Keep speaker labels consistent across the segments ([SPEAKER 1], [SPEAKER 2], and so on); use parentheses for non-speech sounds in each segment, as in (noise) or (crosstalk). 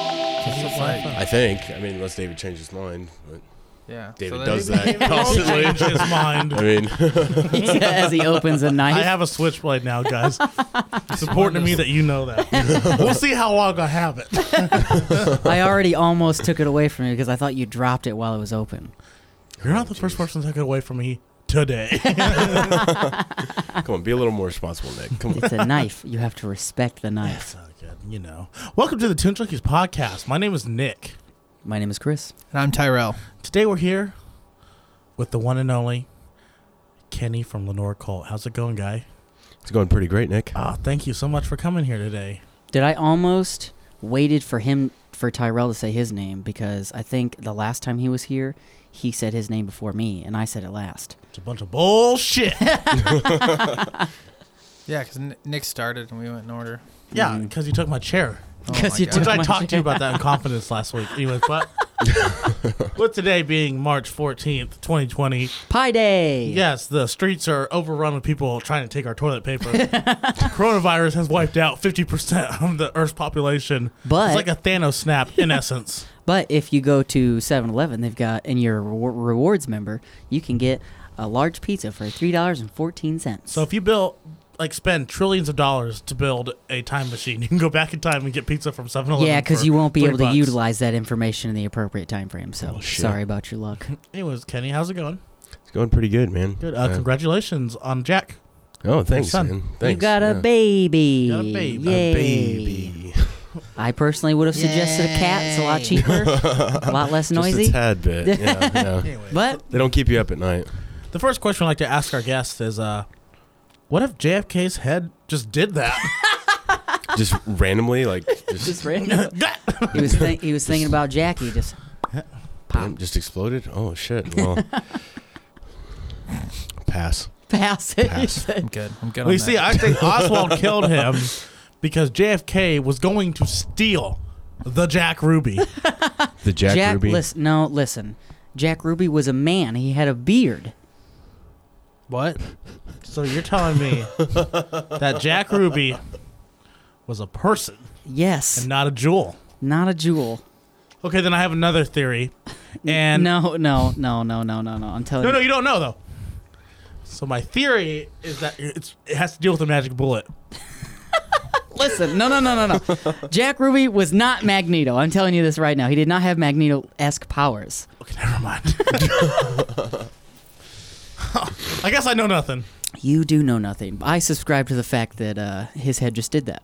[SPEAKER 1] a flag.
[SPEAKER 2] I think. I mean, unless David changes his mind. But
[SPEAKER 1] Yeah. So
[SPEAKER 2] David
[SPEAKER 1] then
[SPEAKER 2] does
[SPEAKER 1] maybe-
[SPEAKER 3] (laughs)
[SPEAKER 2] that constantly.
[SPEAKER 3] Change his mind.
[SPEAKER 2] I mean, (laughs)
[SPEAKER 4] as he opens a
[SPEAKER 3] I
[SPEAKER 4] knife.
[SPEAKER 3] have a switchblade now, guys. It's important to me that you know (laughs) that. We'll see how long I have it.
[SPEAKER 4] I already almost took it away from you because I thought you dropped it while it was open.
[SPEAKER 3] You're not the first person to take it away from me today.
[SPEAKER 2] come on, be a little more responsible, Nick. Come on.
[SPEAKER 4] It's a knife. You have to respect the
[SPEAKER 3] That's
[SPEAKER 4] knife.
[SPEAKER 3] not (laughs) good, you know. Welcome to the Toon Junkies podcast. My name is Nick.
[SPEAKER 4] My name is Chris.
[SPEAKER 1] And I'm Tyrell.
[SPEAKER 3] Today we're here with the one and only Kenny from Lenore Colt. How's it going, guy?
[SPEAKER 2] It's going pretty great, Nick.
[SPEAKER 3] Ah, thank you so much for coming here today.
[SPEAKER 4] Did I almost waited for him for Tyrell to say his name because I think the last time he was here, he said his name before me and I said it last.
[SPEAKER 3] It's a bunch of bullshit. (laughs)
[SPEAKER 1] Yeah, because Nick started and we went in order.
[SPEAKER 3] yeah,
[SPEAKER 4] Mm.
[SPEAKER 3] because you took my chair.
[SPEAKER 1] Oh
[SPEAKER 4] 'Cause
[SPEAKER 1] my
[SPEAKER 4] you
[SPEAKER 1] God.
[SPEAKER 4] took
[SPEAKER 3] Which
[SPEAKER 4] (laughs)
[SPEAKER 3] I
[SPEAKER 4] my
[SPEAKER 3] talked to you about that in confidence last week. Anyways,
[SPEAKER 4] (laughs)
[SPEAKER 3] but with today being March 14th, 2020,
[SPEAKER 4] Pie Day.
[SPEAKER 3] yes, the streets are overrun with people trying to take our toilet paper. (laughs) Coronavirus has wiped out 50% of the Earth's population. it's
[SPEAKER 4] But-
[SPEAKER 3] like a Thanos snap
[SPEAKER 4] (laughs)
[SPEAKER 3] in essence.
[SPEAKER 4] But if you go to 7-Eleven, they've got in your rewar- rewards member, you can get a large pizza for three dollars and fourteen cents.
[SPEAKER 3] So if you build like spend trillions of dollars to build a time machine, (laughs) you can go back in time and get pizza from 7-Eleven.
[SPEAKER 4] yeah, because
[SPEAKER 3] for
[SPEAKER 4] you won't be
[SPEAKER 3] three
[SPEAKER 4] able to
[SPEAKER 3] bucks.
[SPEAKER 4] utilize that information in the appropriate time frame. So
[SPEAKER 2] shit.
[SPEAKER 4] sorry about your luck.
[SPEAKER 3] Anyways, Kenny, how's it going?
[SPEAKER 2] It's going pretty good, man.
[SPEAKER 3] Good. Uh,
[SPEAKER 2] Yeah.
[SPEAKER 3] Congratulations on Jack.
[SPEAKER 2] Oh, thanks,
[SPEAKER 3] son.
[SPEAKER 2] man. Thanks.
[SPEAKER 4] You got a
[SPEAKER 2] yeah.
[SPEAKER 4] baby.
[SPEAKER 3] Got a baby.
[SPEAKER 4] Yay.
[SPEAKER 2] A baby.
[SPEAKER 4] I personally would have suggested a cat. It's a lot cheaper, a lot less
[SPEAKER 2] Just
[SPEAKER 4] noisy.
[SPEAKER 2] a tad bit. (laughs) Yeah, yeah.
[SPEAKER 3] (laughs) Anyway,
[SPEAKER 4] But
[SPEAKER 2] They don't keep you up at night.
[SPEAKER 3] the first question I like to ask our guests is, uh, what if JFK's head just did (laughs) that?
[SPEAKER 2] (laughs) Just randomly, like just
[SPEAKER 4] (laughs) just random. he was think he was thinking about Jackie. Just pop
[SPEAKER 2] Damn, just exploded. Oh shit. (laughs) Well, pass.
[SPEAKER 4] pass it.
[SPEAKER 2] Pass. (laughs)
[SPEAKER 4] He said.
[SPEAKER 1] I'm good. I'm good.
[SPEAKER 3] well, you
[SPEAKER 1] on
[SPEAKER 3] see,
[SPEAKER 1] that.
[SPEAKER 3] I (laughs) think Oswald killed him because JFK was going to steal the Jack Ruby.
[SPEAKER 2] The Jack,
[SPEAKER 4] Jack,
[SPEAKER 2] Ruby.
[SPEAKER 4] listen. No, listen. Jack Ruby was a man. He had a beard.
[SPEAKER 1] what?
[SPEAKER 3] (laughs) So you're telling me that Jack Ruby was a person
[SPEAKER 4] Yes,
[SPEAKER 3] and not a jewel?
[SPEAKER 4] not a jewel.
[SPEAKER 3] Okay, then I have another theory, and
[SPEAKER 4] no, no, no, no, no, no, no. I'm telling
[SPEAKER 3] No, no,
[SPEAKER 4] you.
[SPEAKER 3] you don't know though. So my theory is that it's, it has to deal with a magic bullet.
[SPEAKER 4] Listen, no, no, no, no, no. Jack Ruby was not Magneto. I'm telling you this right now. He did not have Magneto-esque powers.
[SPEAKER 3] Okay, never mind. (laughs) I guess I know nothing.
[SPEAKER 4] You do know nothing. I subscribe to the fact that uh, his head just did that.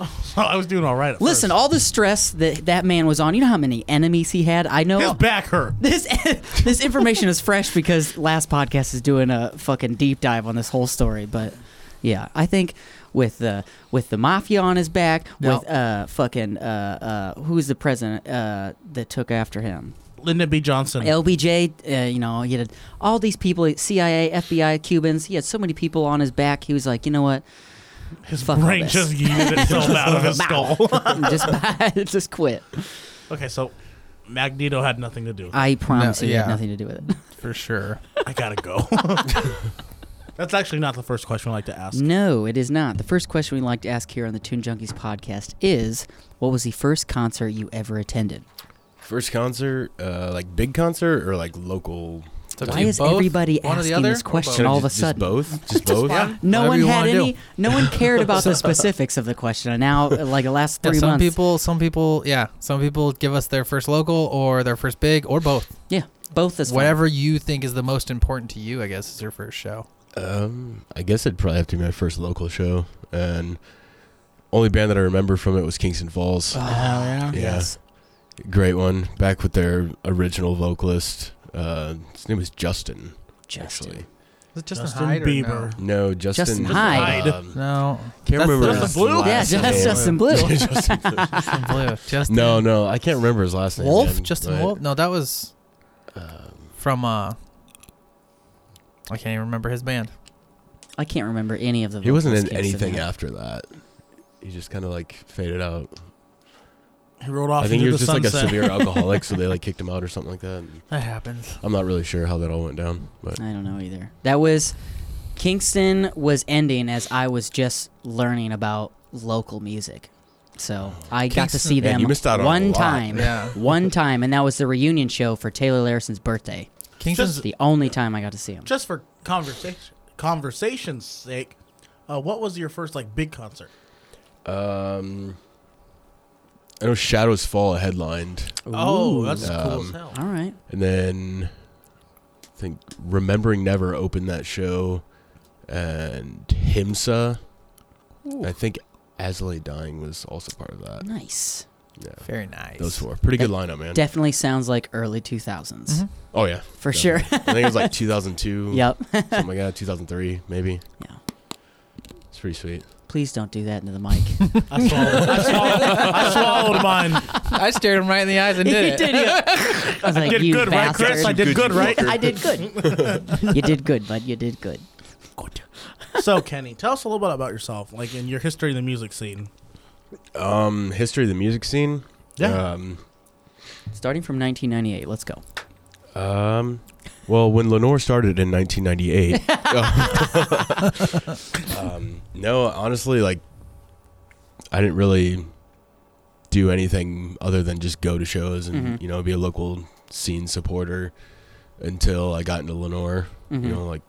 [SPEAKER 3] Oh, I was doing all right. At
[SPEAKER 4] Listen, all the stress that that man was on. You know how many enemies he had. I know
[SPEAKER 3] first. his back hurt.
[SPEAKER 4] this (laughs) this information is fresh because last podcast is doing a fucking deep dive on this whole story. But yeah, I think with the with the mafia on his back,
[SPEAKER 1] No.
[SPEAKER 4] with uh fucking uh uh who's the president uh that took after him?
[SPEAKER 3] Lyndon B. Johnson.
[SPEAKER 4] LBJ, uh, you know, he had all these people, CIA, FBI, Cubans. He had so many people on his back. He was like, you know what? (laughs)
[SPEAKER 3] his
[SPEAKER 4] fuck all
[SPEAKER 3] brain
[SPEAKER 4] this.
[SPEAKER 3] just
[SPEAKER 4] (laughs)
[SPEAKER 3] yeeted itself out of his
[SPEAKER 4] Bow.
[SPEAKER 3] skull.
[SPEAKER 4] just just (laughs) quit.
[SPEAKER 3] okay, so Magneto had nothing to do. with it.
[SPEAKER 4] I promise
[SPEAKER 1] No,
[SPEAKER 4] you, it had
[SPEAKER 1] yeah.
[SPEAKER 4] nothing to do with it.
[SPEAKER 1] For sure.
[SPEAKER 3] I gotta go. (laughs) That's actually not the first question I like to ask.
[SPEAKER 4] No, it is not. The first question we like to ask here on the Tune Junkies podcast is what was the first concert you ever attended?
[SPEAKER 2] First concert, uh, like big concert or like local.
[SPEAKER 1] It's up to
[SPEAKER 4] Why
[SPEAKER 1] you
[SPEAKER 4] is
[SPEAKER 1] both,
[SPEAKER 4] everybody
[SPEAKER 1] one or the
[SPEAKER 4] asking
[SPEAKER 1] other,
[SPEAKER 4] this
[SPEAKER 1] or
[SPEAKER 4] question
[SPEAKER 1] both?
[SPEAKER 4] all of a
[SPEAKER 2] Just- just
[SPEAKER 4] sudden?
[SPEAKER 2] both. (laughs) Just both.
[SPEAKER 1] Yeah. Whatever
[SPEAKER 4] No one
[SPEAKER 1] you
[SPEAKER 4] had
[SPEAKER 1] wanna do.
[SPEAKER 4] any. No one cared
[SPEAKER 1] (laughs)
[SPEAKER 4] about the specifics of the question. And now, uh, like the last
[SPEAKER 1] Yeah,
[SPEAKER 4] three
[SPEAKER 1] some
[SPEAKER 4] months,
[SPEAKER 1] people, some people, yeah, some people give us their first local or their first big or both.
[SPEAKER 4] yeah, both is fine.
[SPEAKER 1] Whatever you think is the most important to you, I guess, is your first show.
[SPEAKER 2] Um, I guess it'd probably have to be my first local show, and only band that I remember from it was Kingston Falls.
[SPEAKER 4] Oh,
[SPEAKER 2] Yeah.
[SPEAKER 1] yeah.
[SPEAKER 4] Yes.
[SPEAKER 2] Great one. Back with their original vocalist. Uh, his name was Justin.
[SPEAKER 4] Just
[SPEAKER 2] Actually,
[SPEAKER 1] Was it Justin,
[SPEAKER 3] Justin,
[SPEAKER 1] Hyde or
[SPEAKER 3] Bieber.
[SPEAKER 2] no, Justin.
[SPEAKER 4] Justin Hyde.
[SPEAKER 2] Um,
[SPEAKER 1] No, no.
[SPEAKER 2] can't
[SPEAKER 1] That's
[SPEAKER 2] remember.
[SPEAKER 1] the-
[SPEAKER 2] his
[SPEAKER 3] Blue?
[SPEAKER 2] last
[SPEAKER 4] Yeah,
[SPEAKER 2] name.
[SPEAKER 4] that's Justin Blue.
[SPEAKER 2] Yeah, (laughs) Justin
[SPEAKER 4] (laughs)
[SPEAKER 2] Blue.
[SPEAKER 1] (laughs) Justin Blue. Justin
[SPEAKER 2] No, no, I can't remember his last name.
[SPEAKER 1] Wolf?
[SPEAKER 2] man,
[SPEAKER 1] Justin
[SPEAKER 2] but,
[SPEAKER 1] Wolf? No, that was
[SPEAKER 2] um,
[SPEAKER 1] from uh I can't even remember his band.
[SPEAKER 4] I can't remember any of the.
[SPEAKER 2] he wasn't
[SPEAKER 4] vocals
[SPEAKER 2] in
[SPEAKER 4] Kingston
[SPEAKER 2] anything
[SPEAKER 4] had.
[SPEAKER 2] after that. He just kind of like faded out.
[SPEAKER 3] He rolled off
[SPEAKER 2] I think
[SPEAKER 3] into
[SPEAKER 2] he was
[SPEAKER 3] the
[SPEAKER 2] just
[SPEAKER 3] sunset.
[SPEAKER 2] like
[SPEAKER 3] (laughs)
[SPEAKER 2] a severe alcoholic, so they like kicked him out or something like that.
[SPEAKER 1] That happens.
[SPEAKER 2] I'm not really sure how that all went down, but
[SPEAKER 4] I don't know either. That was Kingston was ending as I was just learning about local music. So I got to
[SPEAKER 1] Kingston-
[SPEAKER 4] see
[SPEAKER 2] Man,
[SPEAKER 4] them
[SPEAKER 2] you missed out on a
[SPEAKER 4] one
[SPEAKER 2] lot.
[SPEAKER 4] time.
[SPEAKER 1] Yeah.
[SPEAKER 4] (laughs) One time, and that was the reunion show for Taylor Larson's birthday.
[SPEAKER 1] Kingston's
[SPEAKER 4] The only time I got to see him.
[SPEAKER 3] Just for conversation conversation's sake, uh, what was your first like big concert?
[SPEAKER 2] Um, I know Shadows Fall headlined,
[SPEAKER 3] Oh, that's cool as
[SPEAKER 2] Um,
[SPEAKER 3] hell.
[SPEAKER 4] All right.
[SPEAKER 2] and then I think Remembering Never opened that show, and Himsa. and I think Azalea Dying was also part of that.
[SPEAKER 4] Nice.
[SPEAKER 2] Yeah,
[SPEAKER 1] very nice.
[SPEAKER 2] those four, pretty good lineup, man.
[SPEAKER 4] Definitely sounds like early 2000s.
[SPEAKER 1] Mhm.
[SPEAKER 2] oh yeah,
[SPEAKER 4] For
[SPEAKER 2] definitely.
[SPEAKER 4] sure.
[SPEAKER 2] I think it was
[SPEAKER 4] (laughs)
[SPEAKER 2] like 2002.
[SPEAKER 4] yep.
[SPEAKER 2] something like that, 2003 maybe.
[SPEAKER 4] (laughs) Yeah.
[SPEAKER 2] It's pretty sweet.
[SPEAKER 4] Please don't do that into the mic. (laughs)
[SPEAKER 3] I swallowed, I swallowed, I swallowed mine.
[SPEAKER 1] I stared him right in the eyes (laughs) and did it.
[SPEAKER 2] (laughs)
[SPEAKER 4] I was like,
[SPEAKER 3] Did
[SPEAKER 4] you
[SPEAKER 3] good, right,
[SPEAKER 4] bastard.
[SPEAKER 3] Chris? I did
[SPEAKER 2] Good,
[SPEAKER 3] good,
[SPEAKER 2] you
[SPEAKER 3] right?
[SPEAKER 4] I did good. (laughs) you did good, bud. You did good. Good.
[SPEAKER 3] (laughs) So, Kenny, tell us a little bit about yourself, like in your history in the music scene.
[SPEAKER 2] Um, history of the music scene. Um,
[SPEAKER 4] Starting from 1998. Let's go.
[SPEAKER 2] Um, well, when Lenore started
[SPEAKER 3] (laughs)
[SPEAKER 2] in 1998, (laughs) um, no, honestly, like I didn't really do anything other than just go to shows and
[SPEAKER 4] Mhm.
[SPEAKER 3] Mm-hmm.
[SPEAKER 2] you know be a local scene supporter until I got into Lenore.
[SPEAKER 4] Mhm.
[SPEAKER 3] Mm-hmm.
[SPEAKER 2] You know, like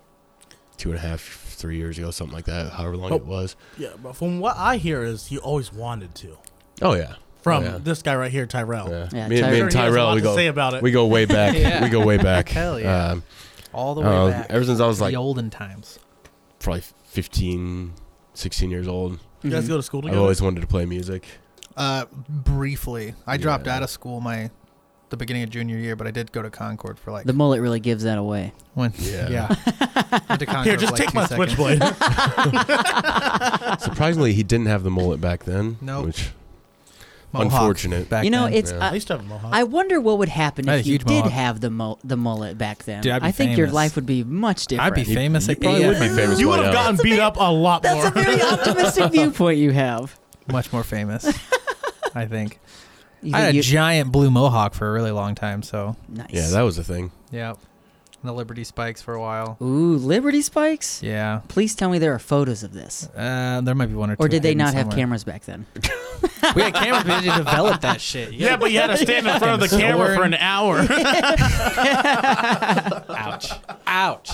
[SPEAKER 2] two and a half, three years ago, something like that. However long
[SPEAKER 3] Oh.
[SPEAKER 2] it was.
[SPEAKER 3] yeah. But from what I hear, is you always wanted to.
[SPEAKER 2] Oh yeah,
[SPEAKER 3] From
[SPEAKER 2] Oh, yeah.
[SPEAKER 3] this guy right here,
[SPEAKER 1] Oh.
[SPEAKER 3] Tyrell.
[SPEAKER 2] yeah.
[SPEAKER 4] Yeah,
[SPEAKER 2] me, and- me
[SPEAKER 4] Tyrell-
[SPEAKER 2] and Tyrell, we
[SPEAKER 3] to say
[SPEAKER 2] go,
[SPEAKER 3] about it.
[SPEAKER 2] we go way
[SPEAKER 3] (laughs)
[SPEAKER 2] back.
[SPEAKER 1] Yeah.
[SPEAKER 2] We go way back.
[SPEAKER 1] Hell yeah.
[SPEAKER 2] Um,
[SPEAKER 1] All the way
[SPEAKER 2] uh,
[SPEAKER 1] back.
[SPEAKER 2] ever since I was
[SPEAKER 1] the
[SPEAKER 2] like
[SPEAKER 1] olden times.
[SPEAKER 2] probably 15, 16 years old.
[SPEAKER 3] you guys
[SPEAKER 4] Mhm.
[SPEAKER 3] go to school
[SPEAKER 2] I've
[SPEAKER 3] together.
[SPEAKER 2] always wanted to play
[SPEAKER 1] (laughs)
[SPEAKER 2] music.
[SPEAKER 1] Uh, briefly, I dropped
[SPEAKER 2] Yeah.
[SPEAKER 1] out of school my the beginning of junior year, but I did go to Concord for like
[SPEAKER 4] The mullet really gives that away.
[SPEAKER 1] one.
[SPEAKER 2] Yeah. (laughs)
[SPEAKER 1] Went to Concord
[SPEAKER 3] Here,
[SPEAKER 1] for,
[SPEAKER 3] just
[SPEAKER 1] like,
[SPEAKER 3] take
[SPEAKER 1] two
[SPEAKER 3] my
[SPEAKER 1] seconds.
[SPEAKER 3] switchblade.
[SPEAKER 2] Surprisingly, he didn't have the mullet back then.
[SPEAKER 1] Nope.
[SPEAKER 2] Which
[SPEAKER 1] Mohawk
[SPEAKER 2] unfortunate.
[SPEAKER 1] Back
[SPEAKER 4] you know,
[SPEAKER 1] then.
[SPEAKER 4] it's.
[SPEAKER 2] yeah.
[SPEAKER 3] I used to have a mohawk.
[SPEAKER 4] I wonder what would happen
[SPEAKER 1] I had
[SPEAKER 4] if
[SPEAKER 1] a
[SPEAKER 4] you
[SPEAKER 1] huge
[SPEAKER 4] did
[SPEAKER 1] mohawk.
[SPEAKER 4] have the mo- the mullet back then.
[SPEAKER 1] Dude, I'd be
[SPEAKER 4] I think your
[SPEAKER 1] famous.
[SPEAKER 4] life would be much different.
[SPEAKER 1] I'd be
[SPEAKER 2] You-
[SPEAKER 1] famous.
[SPEAKER 2] you
[SPEAKER 1] at
[SPEAKER 2] probably would be
[SPEAKER 1] AF.
[SPEAKER 2] famous.
[SPEAKER 3] you
[SPEAKER 2] by
[SPEAKER 3] would have
[SPEAKER 2] now.
[SPEAKER 3] gotten beat up a lot
[SPEAKER 4] That's
[SPEAKER 3] more.
[SPEAKER 1] (laughs)
[SPEAKER 4] a very optimistic viewpoint you have.
[SPEAKER 1] Much more (laughs) famous, I think.
[SPEAKER 4] You
[SPEAKER 1] I had
[SPEAKER 4] think
[SPEAKER 1] a
[SPEAKER 4] you-
[SPEAKER 1] giant blue mohawk for a really long time. So
[SPEAKER 4] nice.
[SPEAKER 2] Yeah, that was a thing.
[SPEAKER 1] yeah, and the Liberty Spikes for a while.
[SPEAKER 4] Ooh, Liberty Spikes?
[SPEAKER 1] Yeah,
[SPEAKER 4] Please tell me there are photos of this.
[SPEAKER 1] uh, there might be one or two.
[SPEAKER 4] Or did they
[SPEAKER 1] hidden
[SPEAKER 4] not have
[SPEAKER 1] somewhere.
[SPEAKER 4] cameras back then?
[SPEAKER 1] We had cameras. We had to develop that shit.
[SPEAKER 2] (laughs)
[SPEAKER 1] You
[SPEAKER 3] yeah, but you had (laughs) to stand in front of the
[SPEAKER 1] Fucking
[SPEAKER 3] camera
[SPEAKER 1] sword.
[SPEAKER 3] for an hour.
[SPEAKER 1] ouch, ouch.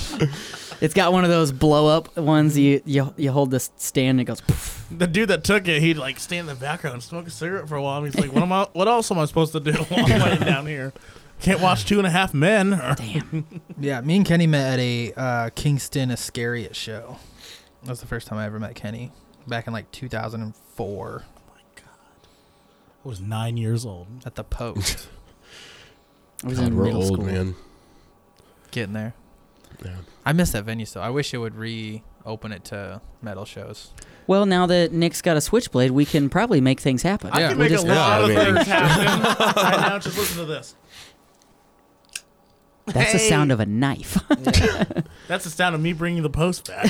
[SPEAKER 4] It's got one of those blow up ones you you, you hold this stand and it goes poof.
[SPEAKER 3] the dude that took it, he'd like stand in the background and smoke a cigarette for a while. And he's like, "What am I? What else am I supposed to do (laughs) while I'm laying down here? Can't watch Two and a Half Men." Or,
[SPEAKER 4] Damn.
[SPEAKER 1] Yeah, me and Kenny met at a uh, Kingston Iscariot show. That was the first time I ever met Kenny, back in like 2004
[SPEAKER 3] I was nine years old.
[SPEAKER 1] at the Post.
[SPEAKER 4] I was
[SPEAKER 2] God,
[SPEAKER 4] in
[SPEAKER 2] we're
[SPEAKER 4] middle
[SPEAKER 2] old,
[SPEAKER 4] school.
[SPEAKER 2] man.
[SPEAKER 1] Getting there.
[SPEAKER 2] Yeah.
[SPEAKER 1] I miss that venue so I wish it would reopen it to metal shows.
[SPEAKER 4] Well, now that Nick's got a switchblade, we can probably make things happen.
[SPEAKER 3] I
[SPEAKER 1] Yeah,
[SPEAKER 3] can
[SPEAKER 1] we
[SPEAKER 3] make a
[SPEAKER 1] just-
[SPEAKER 3] lot
[SPEAKER 2] yeah, I
[SPEAKER 3] of
[SPEAKER 2] mean-
[SPEAKER 4] (laughs)
[SPEAKER 3] things happen. I now just listen to this.
[SPEAKER 4] That's the
[SPEAKER 3] Hey.
[SPEAKER 4] sound of a knife.
[SPEAKER 3] That's the sound of me bringing the post back.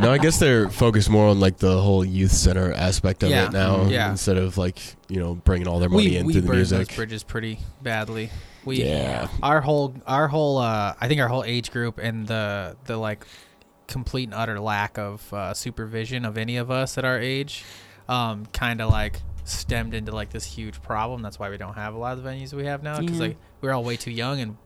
[SPEAKER 2] No, I guess they're focused more on like the whole youth center aspect of
[SPEAKER 1] Yeah.
[SPEAKER 2] it now,
[SPEAKER 1] Mhm. Yeah.
[SPEAKER 2] instead of like you know bringing all their money in through the
[SPEAKER 1] burned those
[SPEAKER 2] music.
[SPEAKER 1] bridges pretty badly. We
[SPEAKER 2] Yeah.
[SPEAKER 1] our whole our whole uh, I think our whole age group and the the like complete and utter lack of uh, supervision of any of us at our age um, kind of like stemmed into like this huge problem. That's why we don't have a lot of the venues we have now because
[SPEAKER 4] Yeah.
[SPEAKER 1] like we were all way too young and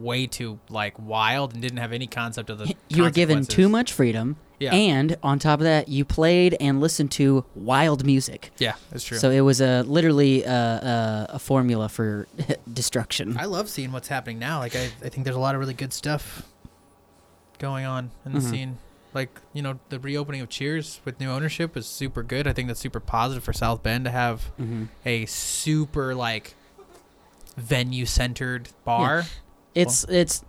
[SPEAKER 1] way too like wild and didn't have any concept of (laughs) the
[SPEAKER 4] you were given too
[SPEAKER 1] consequences.
[SPEAKER 4] much freedom.
[SPEAKER 1] Yeah.
[SPEAKER 4] And on top of that, you played and listened to wild music.
[SPEAKER 1] Yeah, that's true.
[SPEAKER 4] So it was a literally a, a, a formula for (laughs) destruction.
[SPEAKER 1] I love seeing what's happening now. Like I, I think there's a lot of really good stuff going on in the
[SPEAKER 4] Mhm.
[SPEAKER 1] scene. Like you know, the reopening of Cheers with new ownership is super good. I think that's super positive for South Bend to have
[SPEAKER 4] Mhm.
[SPEAKER 1] a super like venue centered bar.
[SPEAKER 4] It's it's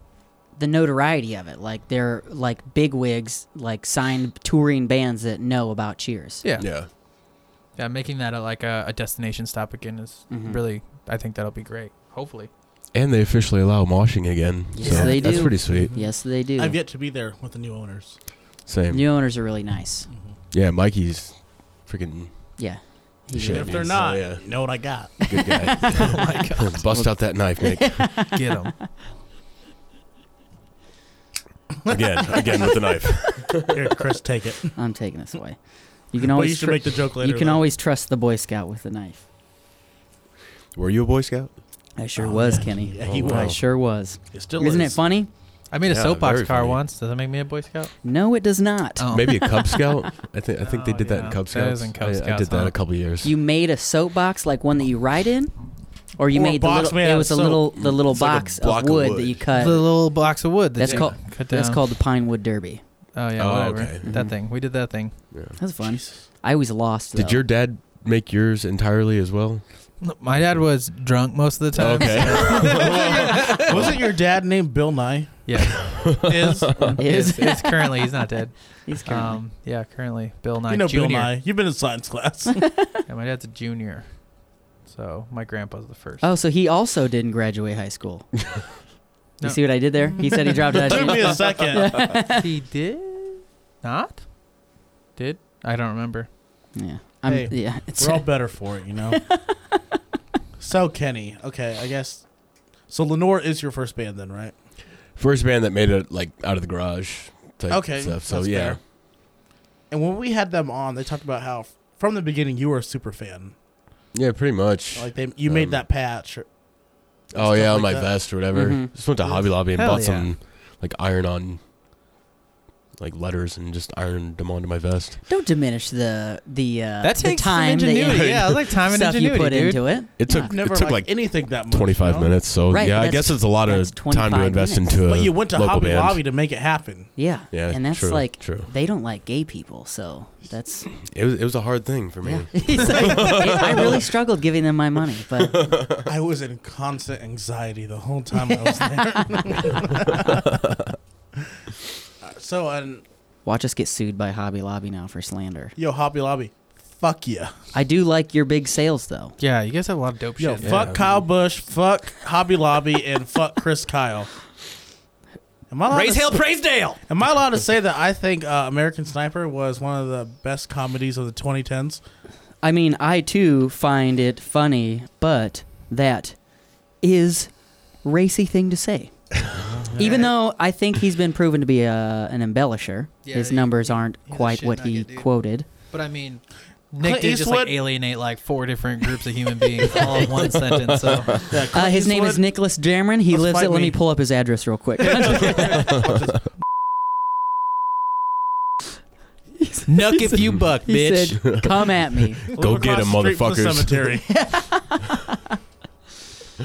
[SPEAKER 4] the notoriety of it. Like they're like big wigs, like signed touring bands that know about Cheers.
[SPEAKER 1] Yeah, yeah.
[SPEAKER 2] Yeah.
[SPEAKER 1] making that a, like a, a destination stop again is
[SPEAKER 4] Mhm.
[SPEAKER 1] really. I think that'll be great.
[SPEAKER 4] (laughs)
[SPEAKER 1] Hopefully,
[SPEAKER 2] And they officially allow moshing again.
[SPEAKER 4] Yes,
[SPEAKER 2] so
[SPEAKER 4] they
[SPEAKER 2] That's
[SPEAKER 4] do.
[SPEAKER 2] pretty sweet.
[SPEAKER 4] Yes, they do.
[SPEAKER 3] I've yet to be there with the new owners. Mm-hmm.
[SPEAKER 2] Same.
[SPEAKER 4] New owners are really nice.
[SPEAKER 2] Yeah, Mikey's freaking
[SPEAKER 4] Yeah.
[SPEAKER 2] The
[SPEAKER 4] He's
[SPEAKER 3] And
[SPEAKER 2] shit.
[SPEAKER 4] really
[SPEAKER 3] if
[SPEAKER 2] man.
[SPEAKER 3] they're
[SPEAKER 2] So,
[SPEAKER 3] not,
[SPEAKER 2] yeah.
[SPEAKER 3] you know what I got.
[SPEAKER 2] good
[SPEAKER 1] (laughs)
[SPEAKER 2] guy.
[SPEAKER 1] Oh
[SPEAKER 2] (laughs) Bust out that knife,
[SPEAKER 4] (laughs)
[SPEAKER 2] Nick.
[SPEAKER 1] get them.
[SPEAKER 2] Again, again with the knife.
[SPEAKER 3] Here, Chris, take it.
[SPEAKER 4] nice. I'm taking this away.
[SPEAKER 3] (laughs)
[SPEAKER 4] You can
[SPEAKER 3] But
[SPEAKER 4] always
[SPEAKER 3] you should
[SPEAKER 4] tr-
[SPEAKER 3] make the joke later.
[SPEAKER 4] you can
[SPEAKER 3] though.
[SPEAKER 4] always trust the Boy Scout with the knife.
[SPEAKER 2] Were you a Boy Scout?
[SPEAKER 4] I sure
[SPEAKER 3] Oh,
[SPEAKER 4] was,
[SPEAKER 3] yeah.
[SPEAKER 4] Kenny.
[SPEAKER 3] Yeah, he
[SPEAKER 2] Oh,
[SPEAKER 3] was.
[SPEAKER 2] wow.
[SPEAKER 4] I sure was.
[SPEAKER 3] It still
[SPEAKER 4] Isn't
[SPEAKER 3] is.
[SPEAKER 4] it funny?
[SPEAKER 1] I made a
[SPEAKER 2] Yeah,
[SPEAKER 1] soapbox
[SPEAKER 2] very
[SPEAKER 1] car
[SPEAKER 2] funny.
[SPEAKER 1] once. Does that make me a Boy Scout?
[SPEAKER 4] No, it does not.
[SPEAKER 1] Oh.
[SPEAKER 2] Maybe a Cub Scout. I think I think they
[SPEAKER 1] Oh,
[SPEAKER 2] did that in
[SPEAKER 1] yeah.
[SPEAKER 2] Cub Scouts.
[SPEAKER 1] That is in Cub
[SPEAKER 2] I- I,
[SPEAKER 1] Scouts,
[SPEAKER 2] did that
[SPEAKER 1] huh?
[SPEAKER 2] a couple years.
[SPEAKER 4] You made a soapbox like one that you ride in, or you
[SPEAKER 3] Or a
[SPEAKER 4] made the
[SPEAKER 3] box
[SPEAKER 4] little,
[SPEAKER 3] made
[SPEAKER 4] it
[SPEAKER 3] out
[SPEAKER 4] was a
[SPEAKER 3] of
[SPEAKER 4] little the little
[SPEAKER 2] It's like a
[SPEAKER 4] box
[SPEAKER 2] block
[SPEAKER 4] of
[SPEAKER 2] of
[SPEAKER 4] wood, that
[SPEAKER 2] wood.
[SPEAKER 4] you
[SPEAKER 1] the uh,
[SPEAKER 4] cut.
[SPEAKER 1] little box of wood. That
[SPEAKER 4] That's
[SPEAKER 1] you
[SPEAKER 4] called-
[SPEAKER 1] Cut down.
[SPEAKER 4] That's called the pine wood derby.
[SPEAKER 1] Oh yeah,
[SPEAKER 2] Oh,
[SPEAKER 1] whatever.
[SPEAKER 2] okay.
[SPEAKER 1] That
[SPEAKER 4] Mhm.
[SPEAKER 1] thing. We did that thing.
[SPEAKER 4] That was fun. (laughs) I always lost.
[SPEAKER 2] did
[SPEAKER 4] though.
[SPEAKER 2] your dad make yours entirely as well?
[SPEAKER 1] My dad was drunk most of the time.
[SPEAKER 3] (laughs) Wasn't your dad named Bill Nye?
[SPEAKER 1] Yeah.
[SPEAKER 3] (laughs) Is
[SPEAKER 4] is
[SPEAKER 1] (laughs) It's, it's currently he's not dead.
[SPEAKER 4] he's (laughs) currently-
[SPEAKER 1] Um, yeah, currently Bill Nye
[SPEAKER 3] you know
[SPEAKER 1] Junior.
[SPEAKER 3] Bill Nye? You've been in science class.
[SPEAKER 1] Yeah, my dad's a junior, so my grandpa's the first.
[SPEAKER 4] Oh, so he also didn't graduate
[SPEAKER 3] (laughs)
[SPEAKER 4] high school.
[SPEAKER 1] No.
[SPEAKER 4] You see what I did there? He said he dropped out.
[SPEAKER 3] Took me
[SPEAKER 4] of-
[SPEAKER 3] a second.
[SPEAKER 1] (laughs) he did not. Did I don't remember.
[SPEAKER 4] yeah, I'm,
[SPEAKER 3] Hey,
[SPEAKER 4] yeah. It's,
[SPEAKER 3] We're all better for it, you know. so Kenny, okay, I guess. So Lenore is your first band, then, right?
[SPEAKER 2] (laughs) First band that made it like out of the garage. Type
[SPEAKER 3] Okay,
[SPEAKER 2] Stuff. So
[SPEAKER 3] that's
[SPEAKER 2] yeah.
[SPEAKER 3] fair. And when we had them on, they talked about how from the beginning you were a super fan.
[SPEAKER 2] Yeah, pretty much.
[SPEAKER 3] Like they, you
[SPEAKER 2] Um,
[SPEAKER 3] made that patch. or-
[SPEAKER 2] oh yeah,
[SPEAKER 3] stuff
[SPEAKER 2] on my
[SPEAKER 3] like that.
[SPEAKER 2] vest or whatever.
[SPEAKER 4] Mhm.
[SPEAKER 2] Just went to Hobby Lobby and
[SPEAKER 1] Hell
[SPEAKER 2] bought
[SPEAKER 1] yeah.
[SPEAKER 2] some like iron on like letters and just ironed them onto my vest.
[SPEAKER 4] don't diminish the the uh,
[SPEAKER 1] That
[SPEAKER 4] the
[SPEAKER 1] takes some
[SPEAKER 4] time that you-
[SPEAKER 1] ingenuity. yeah, I was like time and
[SPEAKER 4] stuff you
[SPEAKER 1] ingenuity,
[SPEAKER 4] put
[SPEAKER 1] dude.
[SPEAKER 4] into it.
[SPEAKER 2] It took
[SPEAKER 4] Yeah.
[SPEAKER 3] I've never
[SPEAKER 2] it took
[SPEAKER 3] liked
[SPEAKER 2] like
[SPEAKER 3] anything that much. you
[SPEAKER 2] 25
[SPEAKER 3] know?
[SPEAKER 2] minutes. So
[SPEAKER 4] Right,
[SPEAKER 2] yeah, I
[SPEAKER 4] that's-
[SPEAKER 2] guess it's a lot
[SPEAKER 4] that's
[SPEAKER 2] of time
[SPEAKER 4] 25
[SPEAKER 2] to invest
[SPEAKER 4] minutes.
[SPEAKER 2] into. A
[SPEAKER 3] But you went to
[SPEAKER 2] local
[SPEAKER 3] Hobby
[SPEAKER 2] band.
[SPEAKER 3] Lobby to make it
[SPEAKER 2] (laughs)
[SPEAKER 3] happen.
[SPEAKER 4] Yeah,
[SPEAKER 2] Yeah,
[SPEAKER 4] and that's
[SPEAKER 2] true,
[SPEAKER 4] like
[SPEAKER 2] true.
[SPEAKER 4] they don't like gay people, so that's
[SPEAKER 2] It was it was a hard thing for me.
[SPEAKER 4] yeah. (laughs) It's like, I really struggled giving them my money,
[SPEAKER 1] (laughs)
[SPEAKER 4] but
[SPEAKER 3] I was in constant anxiety the whole time I was there.
[SPEAKER 2] (laughs)
[SPEAKER 3] (laughs) so and
[SPEAKER 4] watch us get sued by Hobby Lobby now for slander.
[SPEAKER 3] yo Hobby Lobby, fuck you.
[SPEAKER 4] I do like your big sales though.
[SPEAKER 1] Yeah, you guys have a lot of dope
[SPEAKER 3] Yo,
[SPEAKER 1] shit.
[SPEAKER 3] fuck
[SPEAKER 2] Yeah.
[SPEAKER 3] Kyle Bush, fuck Hobby Lobby, and fuck Chris Kyle. Am I allowed to,
[SPEAKER 1] praise Dale.
[SPEAKER 3] Am I allowed to say that I think uh, American Sniper was one of the best comedies of the 2010s?
[SPEAKER 4] Uh, I mean, I too find it funny, but that is racy thing
[SPEAKER 1] (laughs)
[SPEAKER 4] to say. Even though I think he's been proven to be a, an embellisher,
[SPEAKER 1] Yeah,
[SPEAKER 4] his
[SPEAKER 1] he-
[SPEAKER 4] numbers aren't
[SPEAKER 1] he's a
[SPEAKER 4] quite
[SPEAKER 1] shit
[SPEAKER 4] what he
[SPEAKER 1] nugget, dude.
[SPEAKER 4] quoted.
[SPEAKER 1] But I mean,
[SPEAKER 3] Clint
[SPEAKER 1] Nick did just
[SPEAKER 3] Eastwood-
[SPEAKER 1] like alienate like four different groups of human beings all in one sentence.
[SPEAKER 4] (laughs)
[SPEAKER 1] So
[SPEAKER 3] Yeah,
[SPEAKER 4] Uh,
[SPEAKER 3] Clint
[SPEAKER 4] his name is
[SPEAKER 3] Eastwood-
[SPEAKER 4] Nicholas Jamron. He
[SPEAKER 3] Let's
[SPEAKER 4] lives
[SPEAKER 3] fight
[SPEAKER 4] at. Let
[SPEAKER 3] me.
[SPEAKER 4] me pull up his address
[SPEAKER 1] (laughs)
[SPEAKER 4] real quick. (laughs)
[SPEAKER 2] (laughs)
[SPEAKER 1] nuck if you buck,
[SPEAKER 4] he
[SPEAKER 1] bitch.
[SPEAKER 4] said, "Come at me."
[SPEAKER 3] Live
[SPEAKER 2] Go get
[SPEAKER 3] across
[SPEAKER 2] 'em,
[SPEAKER 3] the street from the
[SPEAKER 2] motherfuckers.
[SPEAKER 3] Cemetery.
[SPEAKER 2] (laughs)
[SPEAKER 4] Uh,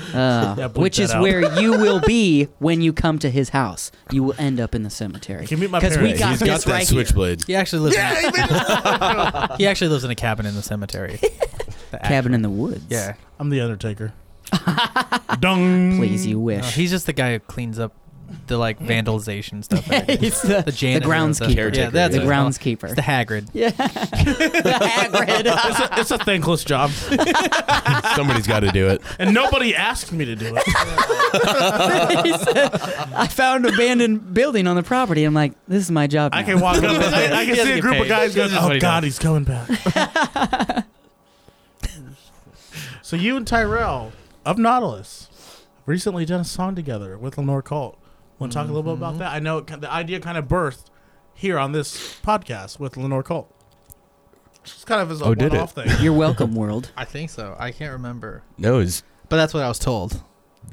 [SPEAKER 3] Yeah, bleep
[SPEAKER 4] which
[SPEAKER 3] that
[SPEAKER 4] is
[SPEAKER 3] out.
[SPEAKER 4] where you will be when you come to his house. You will end up in the cemetery.
[SPEAKER 3] Can you meet my
[SPEAKER 4] Because we
[SPEAKER 3] parents?
[SPEAKER 4] got
[SPEAKER 2] He's
[SPEAKER 4] this
[SPEAKER 2] got that
[SPEAKER 4] right here.
[SPEAKER 2] switchblade.
[SPEAKER 1] He actually lives. (laughs) in a, he actually lives in a cabin in the
[SPEAKER 4] (laughs)
[SPEAKER 1] cemetery. The
[SPEAKER 4] Cabin
[SPEAKER 1] actual-
[SPEAKER 4] in the woods.
[SPEAKER 1] Yeah,
[SPEAKER 3] I'm the
[SPEAKER 4] (laughs)
[SPEAKER 3] Undertaker. Dung.
[SPEAKER 4] Please, you
[SPEAKER 1] No,
[SPEAKER 4] wish.
[SPEAKER 1] he's just the guy who cleans up the like vandalization stuff.
[SPEAKER 4] (laughs) He's the,
[SPEAKER 1] the janitor,
[SPEAKER 4] groundskeeper.
[SPEAKER 1] Yeah,
[SPEAKER 2] Caretaker,
[SPEAKER 1] that's
[SPEAKER 4] the
[SPEAKER 2] yeah.
[SPEAKER 1] what it's called.
[SPEAKER 4] groundskeeper.
[SPEAKER 1] It's the Hagrid.
[SPEAKER 4] (laughs) yeah. the
[SPEAKER 3] (laughs)
[SPEAKER 4] Hagrid.
[SPEAKER 3] It's a, it's a thankless job,
[SPEAKER 2] Somebody's got to do it.
[SPEAKER 3] and nobody asked me to do it.
[SPEAKER 4] He said, I found an abandoned building on the property. I'm like, this is my job.
[SPEAKER 3] I
[SPEAKER 4] now."
[SPEAKER 3] can walk up. and I, I
[SPEAKER 1] He
[SPEAKER 3] can
[SPEAKER 1] doesn't
[SPEAKER 3] see a
[SPEAKER 1] get
[SPEAKER 3] group of
[SPEAKER 1] paid.
[SPEAKER 3] guys going,
[SPEAKER 1] This is what
[SPEAKER 3] "Oh
[SPEAKER 1] he
[SPEAKER 3] God,
[SPEAKER 1] does."
[SPEAKER 3] he's coming back." so you and Tyrell of Nautilus recently done a song together with Lenore Colt. Want to talk a little bit about
[SPEAKER 2] Mm-hmm.
[SPEAKER 3] that? I know it, ki- the idea kind of birthed here on this podcast with Lenore Colt. It's kind of his
[SPEAKER 2] Oh,
[SPEAKER 3] own
[SPEAKER 2] did
[SPEAKER 3] one-off
[SPEAKER 2] (laughs)
[SPEAKER 3] thing.
[SPEAKER 4] You're welcome, world.
[SPEAKER 1] I think so. I can't remember,
[SPEAKER 2] (laughs) No, it's
[SPEAKER 1] but that's what I was told. That's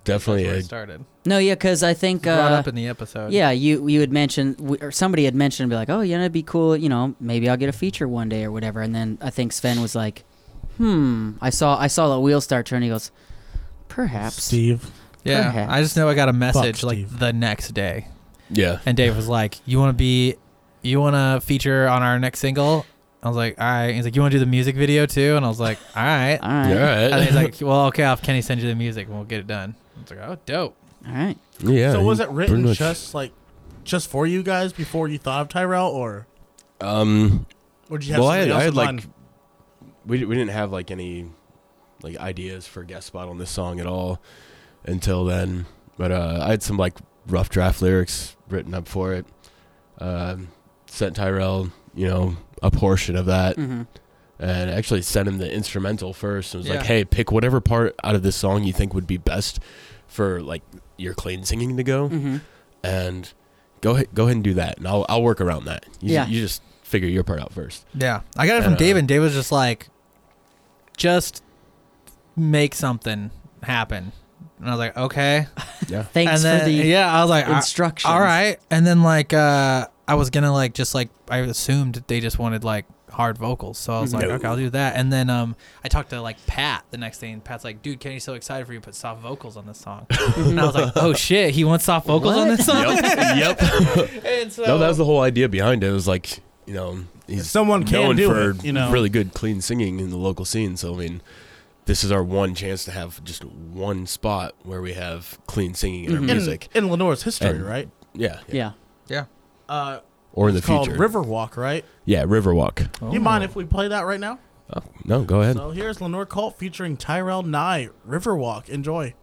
[SPEAKER 2] definitely
[SPEAKER 1] where
[SPEAKER 2] a,
[SPEAKER 1] it started.
[SPEAKER 4] No, yeah, because I think.
[SPEAKER 1] It's brought
[SPEAKER 4] Uh,
[SPEAKER 1] up in the episode.
[SPEAKER 4] yeah, you you had mentioned, w- or somebody had mentioned, be like, oh, yeah, it'd be cool, you know, maybe I'll get a feature one day or whatever. And then I think Sven was like, hmm, I saw I saw the wheel start turning. He goes, perhaps.
[SPEAKER 3] Steve,
[SPEAKER 1] yeah.
[SPEAKER 4] Perhaps.
[SPEAKER 1] I just know I got a message
[SPEAKER 3] Steve.
[SPEAKER 1] like the next day,
[SPEAKER 2] yeah.
[SPEAKER 1] and Dave was like, "You want to be, you want to feature on our next single." I was like, "All right." He's like, "You want to do the music video too?" And I was like, "All right."
[SPEAKER 4] All right.
[SPEAKER 2] All right.
[SPEAKER 1] And then (laughs) he's like, "Well, okay, I'll Kenny send you the music, and we'll get it done." I was like, "Oh, dope."
[SPEAKER 4] All right.
[SPEAKER 2] (laughs) yeah.
[SPEAKER 3] so was
[SPEAKER 2] he
[SPEAKER 3] it written
[SPEAKER 2] pretty much-
[SPEAKER 3] just like just for you guys before you thought of Tyrell, or
[SPEAKER 2] Um.
[SPEAKER 3] or did you have
[SPEAKER 2] Well, I
[SPEAKER 3] somebody
[SPEAKER 2] had,
[SPEAKER 3] else
[SPEAKER 2] I had
[SPEAKER 3] in
[SPEAKER 2] like
[SPEAKER 3] mind?
[SPEAKER 2] we we didn't have like any like ideas for guest spot on this song at all until then. But uh, I had some like rough draft lyrics written up for it. Um, sent Tyrell, you know, a portion of
[SPEAKER 1] Uh,
[SPEAKER 2] that.
[SPEAKER 4] Mm-hmm.
[SPEAKER 2] and actually sent him the instrumental first and was like
[SPEAKER 1] Yeah.
[SPEAKER 2] hey pick whatever part out of this song you think would be best for like your clean singing to go
[SPEAKER 4] Mm-hmm.
[SPEAKER 2] and go ahead go ahead and do that and i'll, I'll work around that you,
[SPEAKER 4] Yeah.
[SPEAKER 2] you just figure your part out first.
[SPEAKER 1] Yeah, I got it from
[SPEAKER 2] And, uh,
[SPEAKER 1] David. David was just like, just make something happen. And I was like, okay.
[SPEAKER 2] Yeah.
[SPEAKER 4] Thanks
[SPEAKER 1] and then,
[SPEAKER 4] for the
[SPEAKER 1] yeah, I was like, I-
[SPEAKER 4] instructions.
[SPEAKER 1] all right. And then like, uh, I was gonna like just like I assumed that they just wanted like hard vocals, so I was like,
[SPEAKER 2] No.
[SPEAKER 1] okay, I'll do that. And then um, I talked to like Pat the next day, and Pat's like, dude, Kenny's so excited for you to put soft vocals on this (laughs) song. and I was like, oh shit, he wants soft vocals on
[SPEAKER 4] What?
[SPEAKER 1] this song.
[SPEAKER 2] (laughs) yep.
[SPEAKER 1] (laughs) and so
[SPEAKER 2] no, that was the whole idea behind it. It was like, you know, he's
[SPEAKER 3] Someone can
[SPEAKER 2] known
[SPEAKER 3] do
[SPEAKER 2] for
[SPEAKER 3] it, you know.
[SPEAKER 2] really good clean singing in the local scene. So I mean, this is our one chance to have just one spot where we have clean singing in our
[SPEAKER 4] Mhm.
[SPEAKER 3] in,
[SPEAKER 2] music.
[SPEAKER 3] in Lenore's history,
[SPEAKER 2] Mm-hmm. And-
[SPEAKER 3] right?
[SPEAKER 2] Yeah, yeah.
[SPEAKER 4] Yeah.
[SPEAKER 1] yeah.
[SPEAKER 3] Uh,
[SPEAKER 2] Or in the
[SPEAKER 3] it's called
[SPEAKER 2] future.
[SPEAKER 3] Riverwalk, right?
[SPEAKER 2] yeah, Riverwalk.
[SPEAKER 3] Do you mind if we play that right now?
[SPEAKER 2] Oh, no, go ahead.
[SPEAKER 3] So here's Lenore Colt featuring Tyrell Nye, Riverwalk. Enjoy.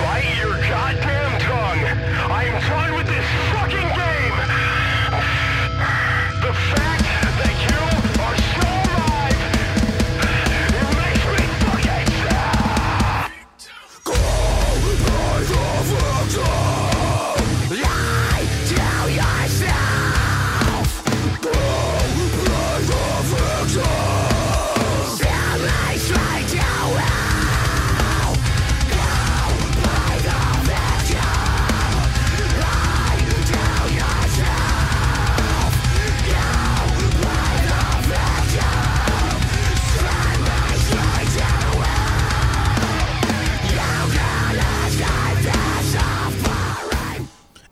[SPEAKER 5] Bite your goddamn tongue! I am done with this fucking game! The fact that you are still alive, it makes me fucking sad! Lie to yourself! Lie straight to hell!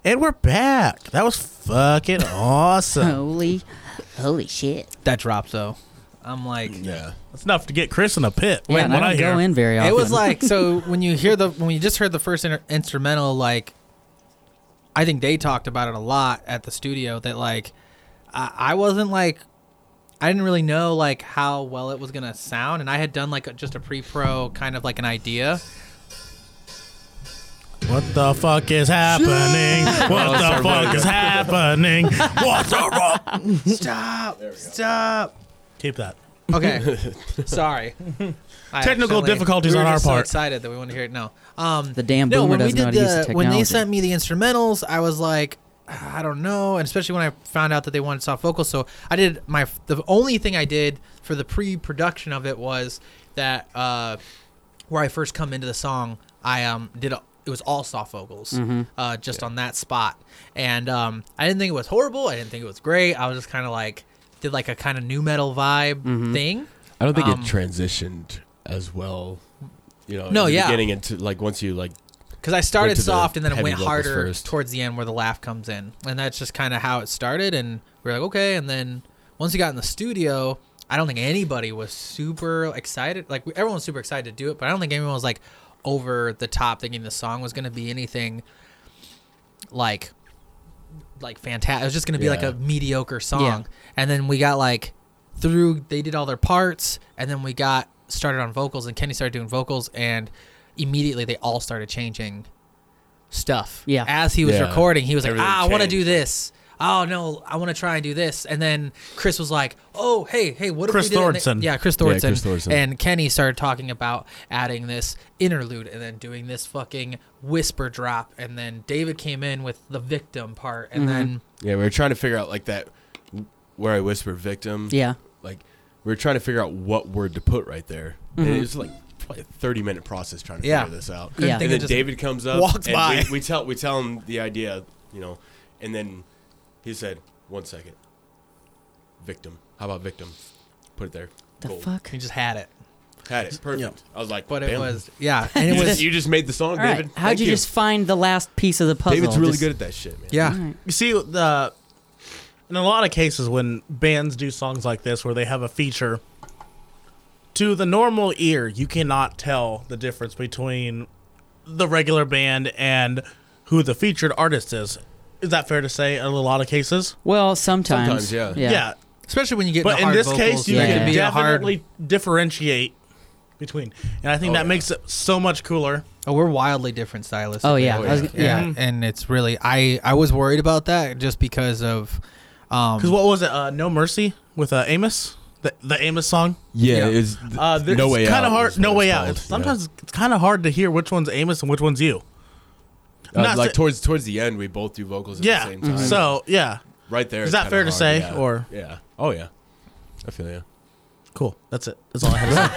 [SPEAKER 3] And we're back. That was
[SPEAKER 2] (laughs)
[SPEAKER 3] fucking awesome.
[SPEAKER 4] Holy, holy shit.
[SPEAKER 1] that dropped though. I'm like,
[SPEAKER 2] Yeah.
[SPEAKER 3] That's enough to get Chris in a pit.
[SPEAKER 4] Yeah, and
[SPEAKER 3] when
[SPEAKER 4] I don't go
[SPEAKER 3] hear-
[SPEAKER 4] in very often.
[SPEAKER 1] It (laughs) was like so when you hear the when you just heard the first inter- instrumental, like I think they talked about it a lot at the studio that like I, I wasn't like I didn't really know like how well it was gonna sound, and I had done like a, just a pre-pro kind of like an idea.
[SPEAKER 3] What the fuck is happening? What the fuck is happening?
[SPEAKER 2] (laughs)
[SPEAKER 3] What's wrong?
[SPEAKER 1] Stop! Stop!
[SPEAKER 3] Keep that.
[SPEAKER 1] (laughs) Okay, (laughs) sorry. I
[SPEAKER 3] Technical
[SPEAKER 1] accidentally-
[SPEAKER 3] difficulties
[SPEAKER 1] we were
[SPEAKER 3] on our
[SPEAKER 1] just
[SPEAKER 3] part.
[SPEAKER 1] So excited that we want to hear it now. Um,
[SPEAKER 4] The damn
[SPEAKER 1] no,
[SPEAKER 4] boomer
[SPEAKER 1] when we
[SPEAKER 4] doesn't know
[SPEAKER 1] did
[SPEAKER 4] how to use the
[SPEAKER 1] the, when they
[SPEAKER 4] technology.
[SPEAKER 1] sent me the instrumentals, I was like, "Ah, I don't know, and especially when I found out that they wanted soft vocals. So I did my the only thing I did for the pre-production of it was that uh, where I first come into the song, I um did a, it was all soft vocals,
[SPEAKER 4] Mm-hmm.
[SPEAKER 1] uh, just on that spot, and um I didn't think it was horrible. I didn't think it was great. I was just kind of like did like a kind of new metal vibe
[SPEAKER 4] Mm-hmm.
[SPEAKER 1] thing.
[SPEAKER 2] I don't think
[SPEAKER 1] Um,
[SPEAKER 2] it transitioned as well. You know, in
[SPEAKER 1] No,
[SPEAKER 2] the
[SPEAKER 1] yeah.
[SPEAKER 2] beginning into like once you like
[SPEAKER 1] because I started
[SPEAKER 2] to the
[SPEAKER 1] soft and then it
[SPEAKER 2] heavy
[SPEAKER 1] went
[SPEAKER 2] vocals
[SPEAKER 1] harder
[SPEAKER 2] first.
[SPEAKER 1] towards the end where the laugh comes in, and that's just kind of how it started. And we were like, okay, and then once we got in the studio, I don't think anybody was super excited. Like we- everyone was super excited to do it, but I don't think anyone was like over the top thinking the song was going to be anything like like fantastic. It was just going to be like
[SPEAKER 2] Yeah.
[SPEAKER 1] a mediocre song.
[SPEAKER 4] Yeah.
[SPEAKER 1] And then we got like through they did all their parts and then we got started on vocals and Kenny started doing vocals and immediately they all started changing stuff.
[SPEAKER 4] Yeah.
[SPEAKER 1] As he was
[SPEAKER 2] Yeah.
[SPEAKER 1] recording, he was like,
[SPEAKER 2] Everything
[SPEAKER 1] "Ah, I want to
[SPEAKER 2] changed.
[SPEAKER 1] do this." Oh no, I want to try and do this. And then Chris was like, "Oh, hey, hey, what
[SPEAKER 3] Chris
[SPEAKER 1] if we did?" it?" And they-
[SPEAKER 3] Thornton.
[SPEAKER 1] Yeah, Chris
[SPEAKER 2] Chris
[SPEAKER 1] Thornton.
[SPEAKER 2] Thornton.
[SPEAKER 1] And Kenny started talking about adding this interlude and then doing this fucking whisper drop. And then David came in with the victim part.
[SPEAKER 4] Mm-hmm.
[SPEAKER 1] And then
[SPEAKER 2] Yeah, we were trying to figure out like that where I whisper victim.
[SPEAKER 4] Yeah.
[SPEAKER 2] Like we were trying to figure out what word to put right there. And it was like probably a thirty minute process trying to
[SPEAKER 1] Yeah.
[SPEAKER 2] figure this out.
[SPEAKER 1] couldn't
[SPEAKER 4] Yeah.
[SPEAKER 1] think
[SPEAKER 2] And then
[SPEAKER 1] of just-
[SPEAKER 2] David comes up
[SPEAKER 1] walks
[SPEAKER 2] and
[SPEAKER 1] by.
[SPEAKER 2] We, we tell we tell him the idea, you know, and then he said, One second. Victim. How about victim? Put it there.
[SPEAKER 4] The
[SPEAKER 2] Gold.
[SPEAKER 4] fuck?
[SPEAKER 1] he just had it.
[SPEAKER 2] Had it. Perfect. I was like,
[SPEAKER 1] But it
[SPEAKER 2] "Bam."
[SPEAKER 1] was yeah, and
[SPEAKER 4] (laughs)
[SPEAKER 2] you,
[SPEAKER 1] it
[SPEAKER 2] just,
[SPEAKER 1] was
[SPEAKER 2] you just made the song,
[SPEAKER 4] All right.
[SPEAKER 2] David.
[SPEAKER 4] How'd
[SPEAKER 2] Thank
[SPEAKER 4] you, just find the last piece of the puzzle?
[SPEAKER 2] David's really
[SPEAKER 4] Just-
[SPEAKER 2] good at that shit, man.
[SPEAKER 1] yeah.
[SPEAKER 3] You see, the in a lot of cases when bands do songs like this, where they have a feature, to the normal ear, you cannot tell the difference between the regular band and who the featured artist is. Is that fair to say? In a lot of cases,
[SPEAKER 4] Well, sometimes.
[SPEAKER 2] Sometimes, yeah.
[SPEAKER 4] Yeah.
[SPEAKER 1] Especially when you get
[SPEAKER 3] but
[SPEAKER 1] into
[SPEAKER 3] in
[SPEAKER 1] hard
[SPEAKER 3] this
[SPEAKER 1] vocals,
[SPEAKER 3] case, you
[SPEAKER 1] that
[SPEAKER 4] yeah.
[SPEAKER 1] could
[SPEAKER 3] can
[SPEAKER 1] be a hard-
[SPEAKER 3] definitely differentiate between, and I think
[SPEAKER 2] Oh,
[SPEAKER 3] that
[SPEAKER 2] yeah.
[SPEAKER 3] makes it so much cooler.
[SPEAKER 1] Oh, we're wildly different stylists.
[SPEAKER 4] Oh, yeah.
[SPEAKER 2] Oh,
[SPEAKER 4] I was-
[SPEAKER 2] yeah.
[SPEAKER 4] yeah.
[SPEAKER 1] yeah, and it's really I I was worried about that just because of um
[SPEAKER 3] Because what was it? Uh, no Mercy with uh, Amos, the, the Amos song.
[SPEAKER 2] Yeah,
[SPEAKER 1] Yeah.
[SPEAKER 2] it's
[SPEAKER 3] Uh,
[SPEAKER 2] no way
[SPEAKER 3] Kind of
[SPEAKER 2] out
[SPEAKER 3] hard.
[SPEAKER 2] is
[SPEAKER 3] No
[SPEAKER 2] what
[SPEAKER 3] way
[SPEAKER 2] it's
[SPEAKER 3] out.
[SPEAKER 2] called,
[SPEAKER 3] It's, sometimes it's kind of hard to hear which one's Amos and which one's you.
[SPEAKER 2] yeah. Uh,
[SPEAKER 3] not
[SPEAKER 2] like
[SPEAKER 3] sa-
[SPEAKER 2] towards towards the end, we both do vocals at
[SPEAKER 3] Yeah. mm-hmm.
[SPEAKER 2] the same time.
[SPEAKER 3] So yeah,
[SPEAKER 2] right there,
[SPEAKER 3] Is
[SPEAKER 2] it's
[SPEAKER 3] that
[SPEAKER 2] kinda
[SPEAKER 3] fair to
[SPEAKER 2] hard,
[SPEAKER 3] say,
[SPEAKER 2] yeah.
[SPEAKER 3] or-
[SPEAKER 2] yeah? Oh yeah, I feel you.
[SPEAKER 3] cool. That's it. That's all I have.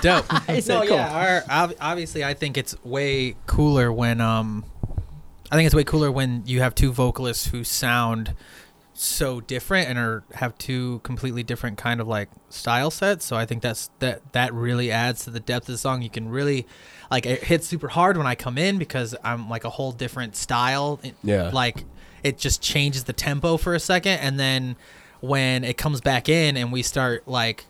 [SPEAKER 3] to say.
[SPEAKER 1] (laughs) dope. no,
[SPEAKER 4] said cool.
[SPEAKER 1] yeah. Our, ob- obviously, I think it's way cooler when um, I think it's way cooler when you have two vocalists who sound so different and are have two completely different kind of like style sets. So I think that's that that really adds to the depth of the song. You can really like it hits super hard when I come in because I'm like a whole different style. It-
[SPEAKER 2] Yeah.
[SPEAKER 1] Like it just changes the tempo for a second and then when it comes back in and we start like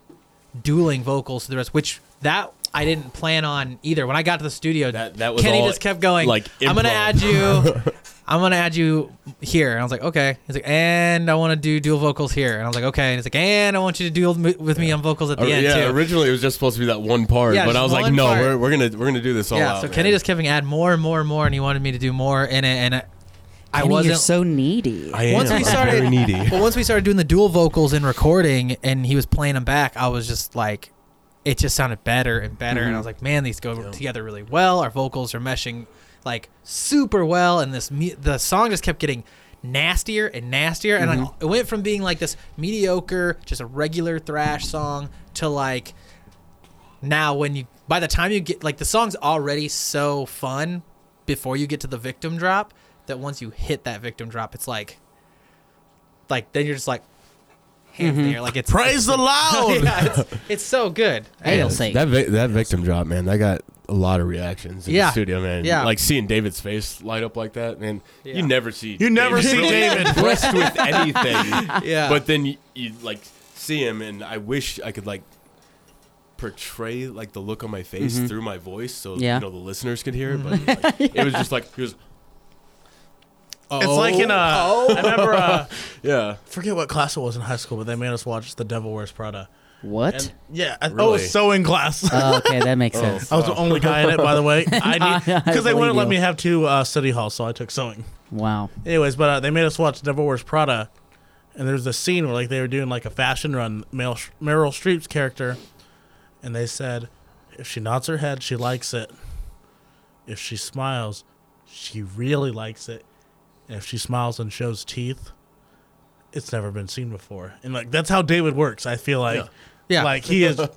[SPEAKER 1] dueling vocals to the rest, which that I didn't plan on either. When I got to the studio,
[SPEAKER 2] That- that was
[SPEAKER 1] Kenny
[SPEAKER 2] all,
[SPEAKER 1] just kept going.
[SPEAKER 2] like,
[SPEAKER 1] I'm gonna
[SPEAKER 2] improv."
[SPEAKER 1] add
[SPEAKER 2] (laughs)
[SPEAKER 1] you. I'm gonna add you here. And I was like, okay. He's like, and I want to do dual vocals here. And I was like, okay. And he's like, and I want you to duel m- with me on vocals at the
[SPEAKER 2] Or-
[SPEAKER 1] end
[SPEAKER 2] yeah,
[SPEAKER 1] too.
[SPEAKER 2] originally it was just supposed to be that one part,
[SPEAKER 1] Yeah,
[SPEAKER 2] but
[SPEAKER 1] just
[SPEAKER 2] I was like,
[SPEAKER 1] one
[SPEAKER 2] no,
[SPEAKER 1] part.
[SPEAKER 2] we're, we're gonna we're gonna do this all
[SPEAKER 1] yeah.
[SPEAKER 2] out.
[SPEAKER 1] so
[SPEAKER 2] man.
[SPEAKER 1] Kenny just kept going, add more and more and more, and he wanted me to do more in it. And I, I
[SPEAKER 4] Kenny,
[SPEAKER 1] wasn't
[SPEAKER 4] you're so needy.
[SPEAKER 2] I am.
[SPEAKER 1] once we
[SPEAKER 2] I'm
[SPEAKER 1] started
[SPEAKER 2] very needy.
[SPEAKER 1] (laughs) but once we started doing the dual vocals in recording and he was playing them back i was just like it just sounded better and better
[SPEAKER 2] Mm-hmm.
[SPEAKER 1] and i was like man these go together really well our vocals are meshing like super well and this mu- the song just kept getting nastier and nastier and like,
[SPEAKER 2] Mm-hmm.
[SPEAKER 1] it went from being like this mediocre just a regular thrash song to like now when you by the time you get like the song's already so fun before you get to the victim drop that once you hit that victim drop it's like like then you're just like hands in the air like it's
[SPEAKER 3] Mm-hmm. Praise the loud.
[SPEAKER 1] (laughs) yeah, it's, it's so good
[SPEAKER 4] Ale
[SPEAKER 1] And-
[SPEAKER 4] sake.
[SPEAKER 2] That vi- that victim drop, man, that got a lot of reactions in
[SPEAKER 1] Yeah.
[SPEAKER 2] the studio, man.
[SPEAKER 1] Yeah.
[SPEAKER 2] like seeing David's face light up like that, man.
[SPEAKER 1] Yeah.
[SPEAKER 2] You never see
[SPEAKER 3] You never see
[SPEAKER 2] really
[SPEAKER 3] David.
[SPEAKER 2] (laughs) impressed with anything.
[SPEAKER 1] Yeah.
[SPEAKER 2] but then you, you like see him, and I wish I could like portray like the look on my face through my voice, so
[SPEAKER 4] Yeah.
[SPEAKER 2] you know the listeners could hear it. But like, it was just like he was,
[SPEAKER 3] It's like in a. I remember. Uh,
[SPEAKER 2] yeah.
[SPEAKER 3] (laughs) forget what class it was in high school, but they made us watch The Devil Wears Prada.
[SPEAKER 4] what?
[SPEAKER 3] And yeah, I, I
[SPEAKER 2] Really?
[SPEAKER 3] was so in class. (laughs)
[SPEAKER 4] oh, okay, that makes sense.
[SPEAKER 3] I was the only guy in it, by the way. I
[SPEAKER 4] I
[SPEAKER 3] because they wouldn't
[SPEAKER 4] believe
[SPEAKER 3] let me
[SPEAKER 4] you.
[SPEAKER 3] have two uh, study halls, so I took sewing.
[SPEAKER 4] Wow.
[SPEAKER 3] Anyways, but uh, they made us watch Devil Wears Prada, and there's a scene where like they were doing like a fashion run, Meryl, Meryl Streep's character, and they said, if she nods her head, she likes it. If she smiles, she really likes it. And if she smiles and shows teeth, it's never been seen before. And like that's how David works. I feel like,
[SPEAKER 1] Yeah.
[SPEAKER 3] like he
[SPEAKER 1] (laughs)
[SPEAKER 3] is.
[SPEAKER 1] and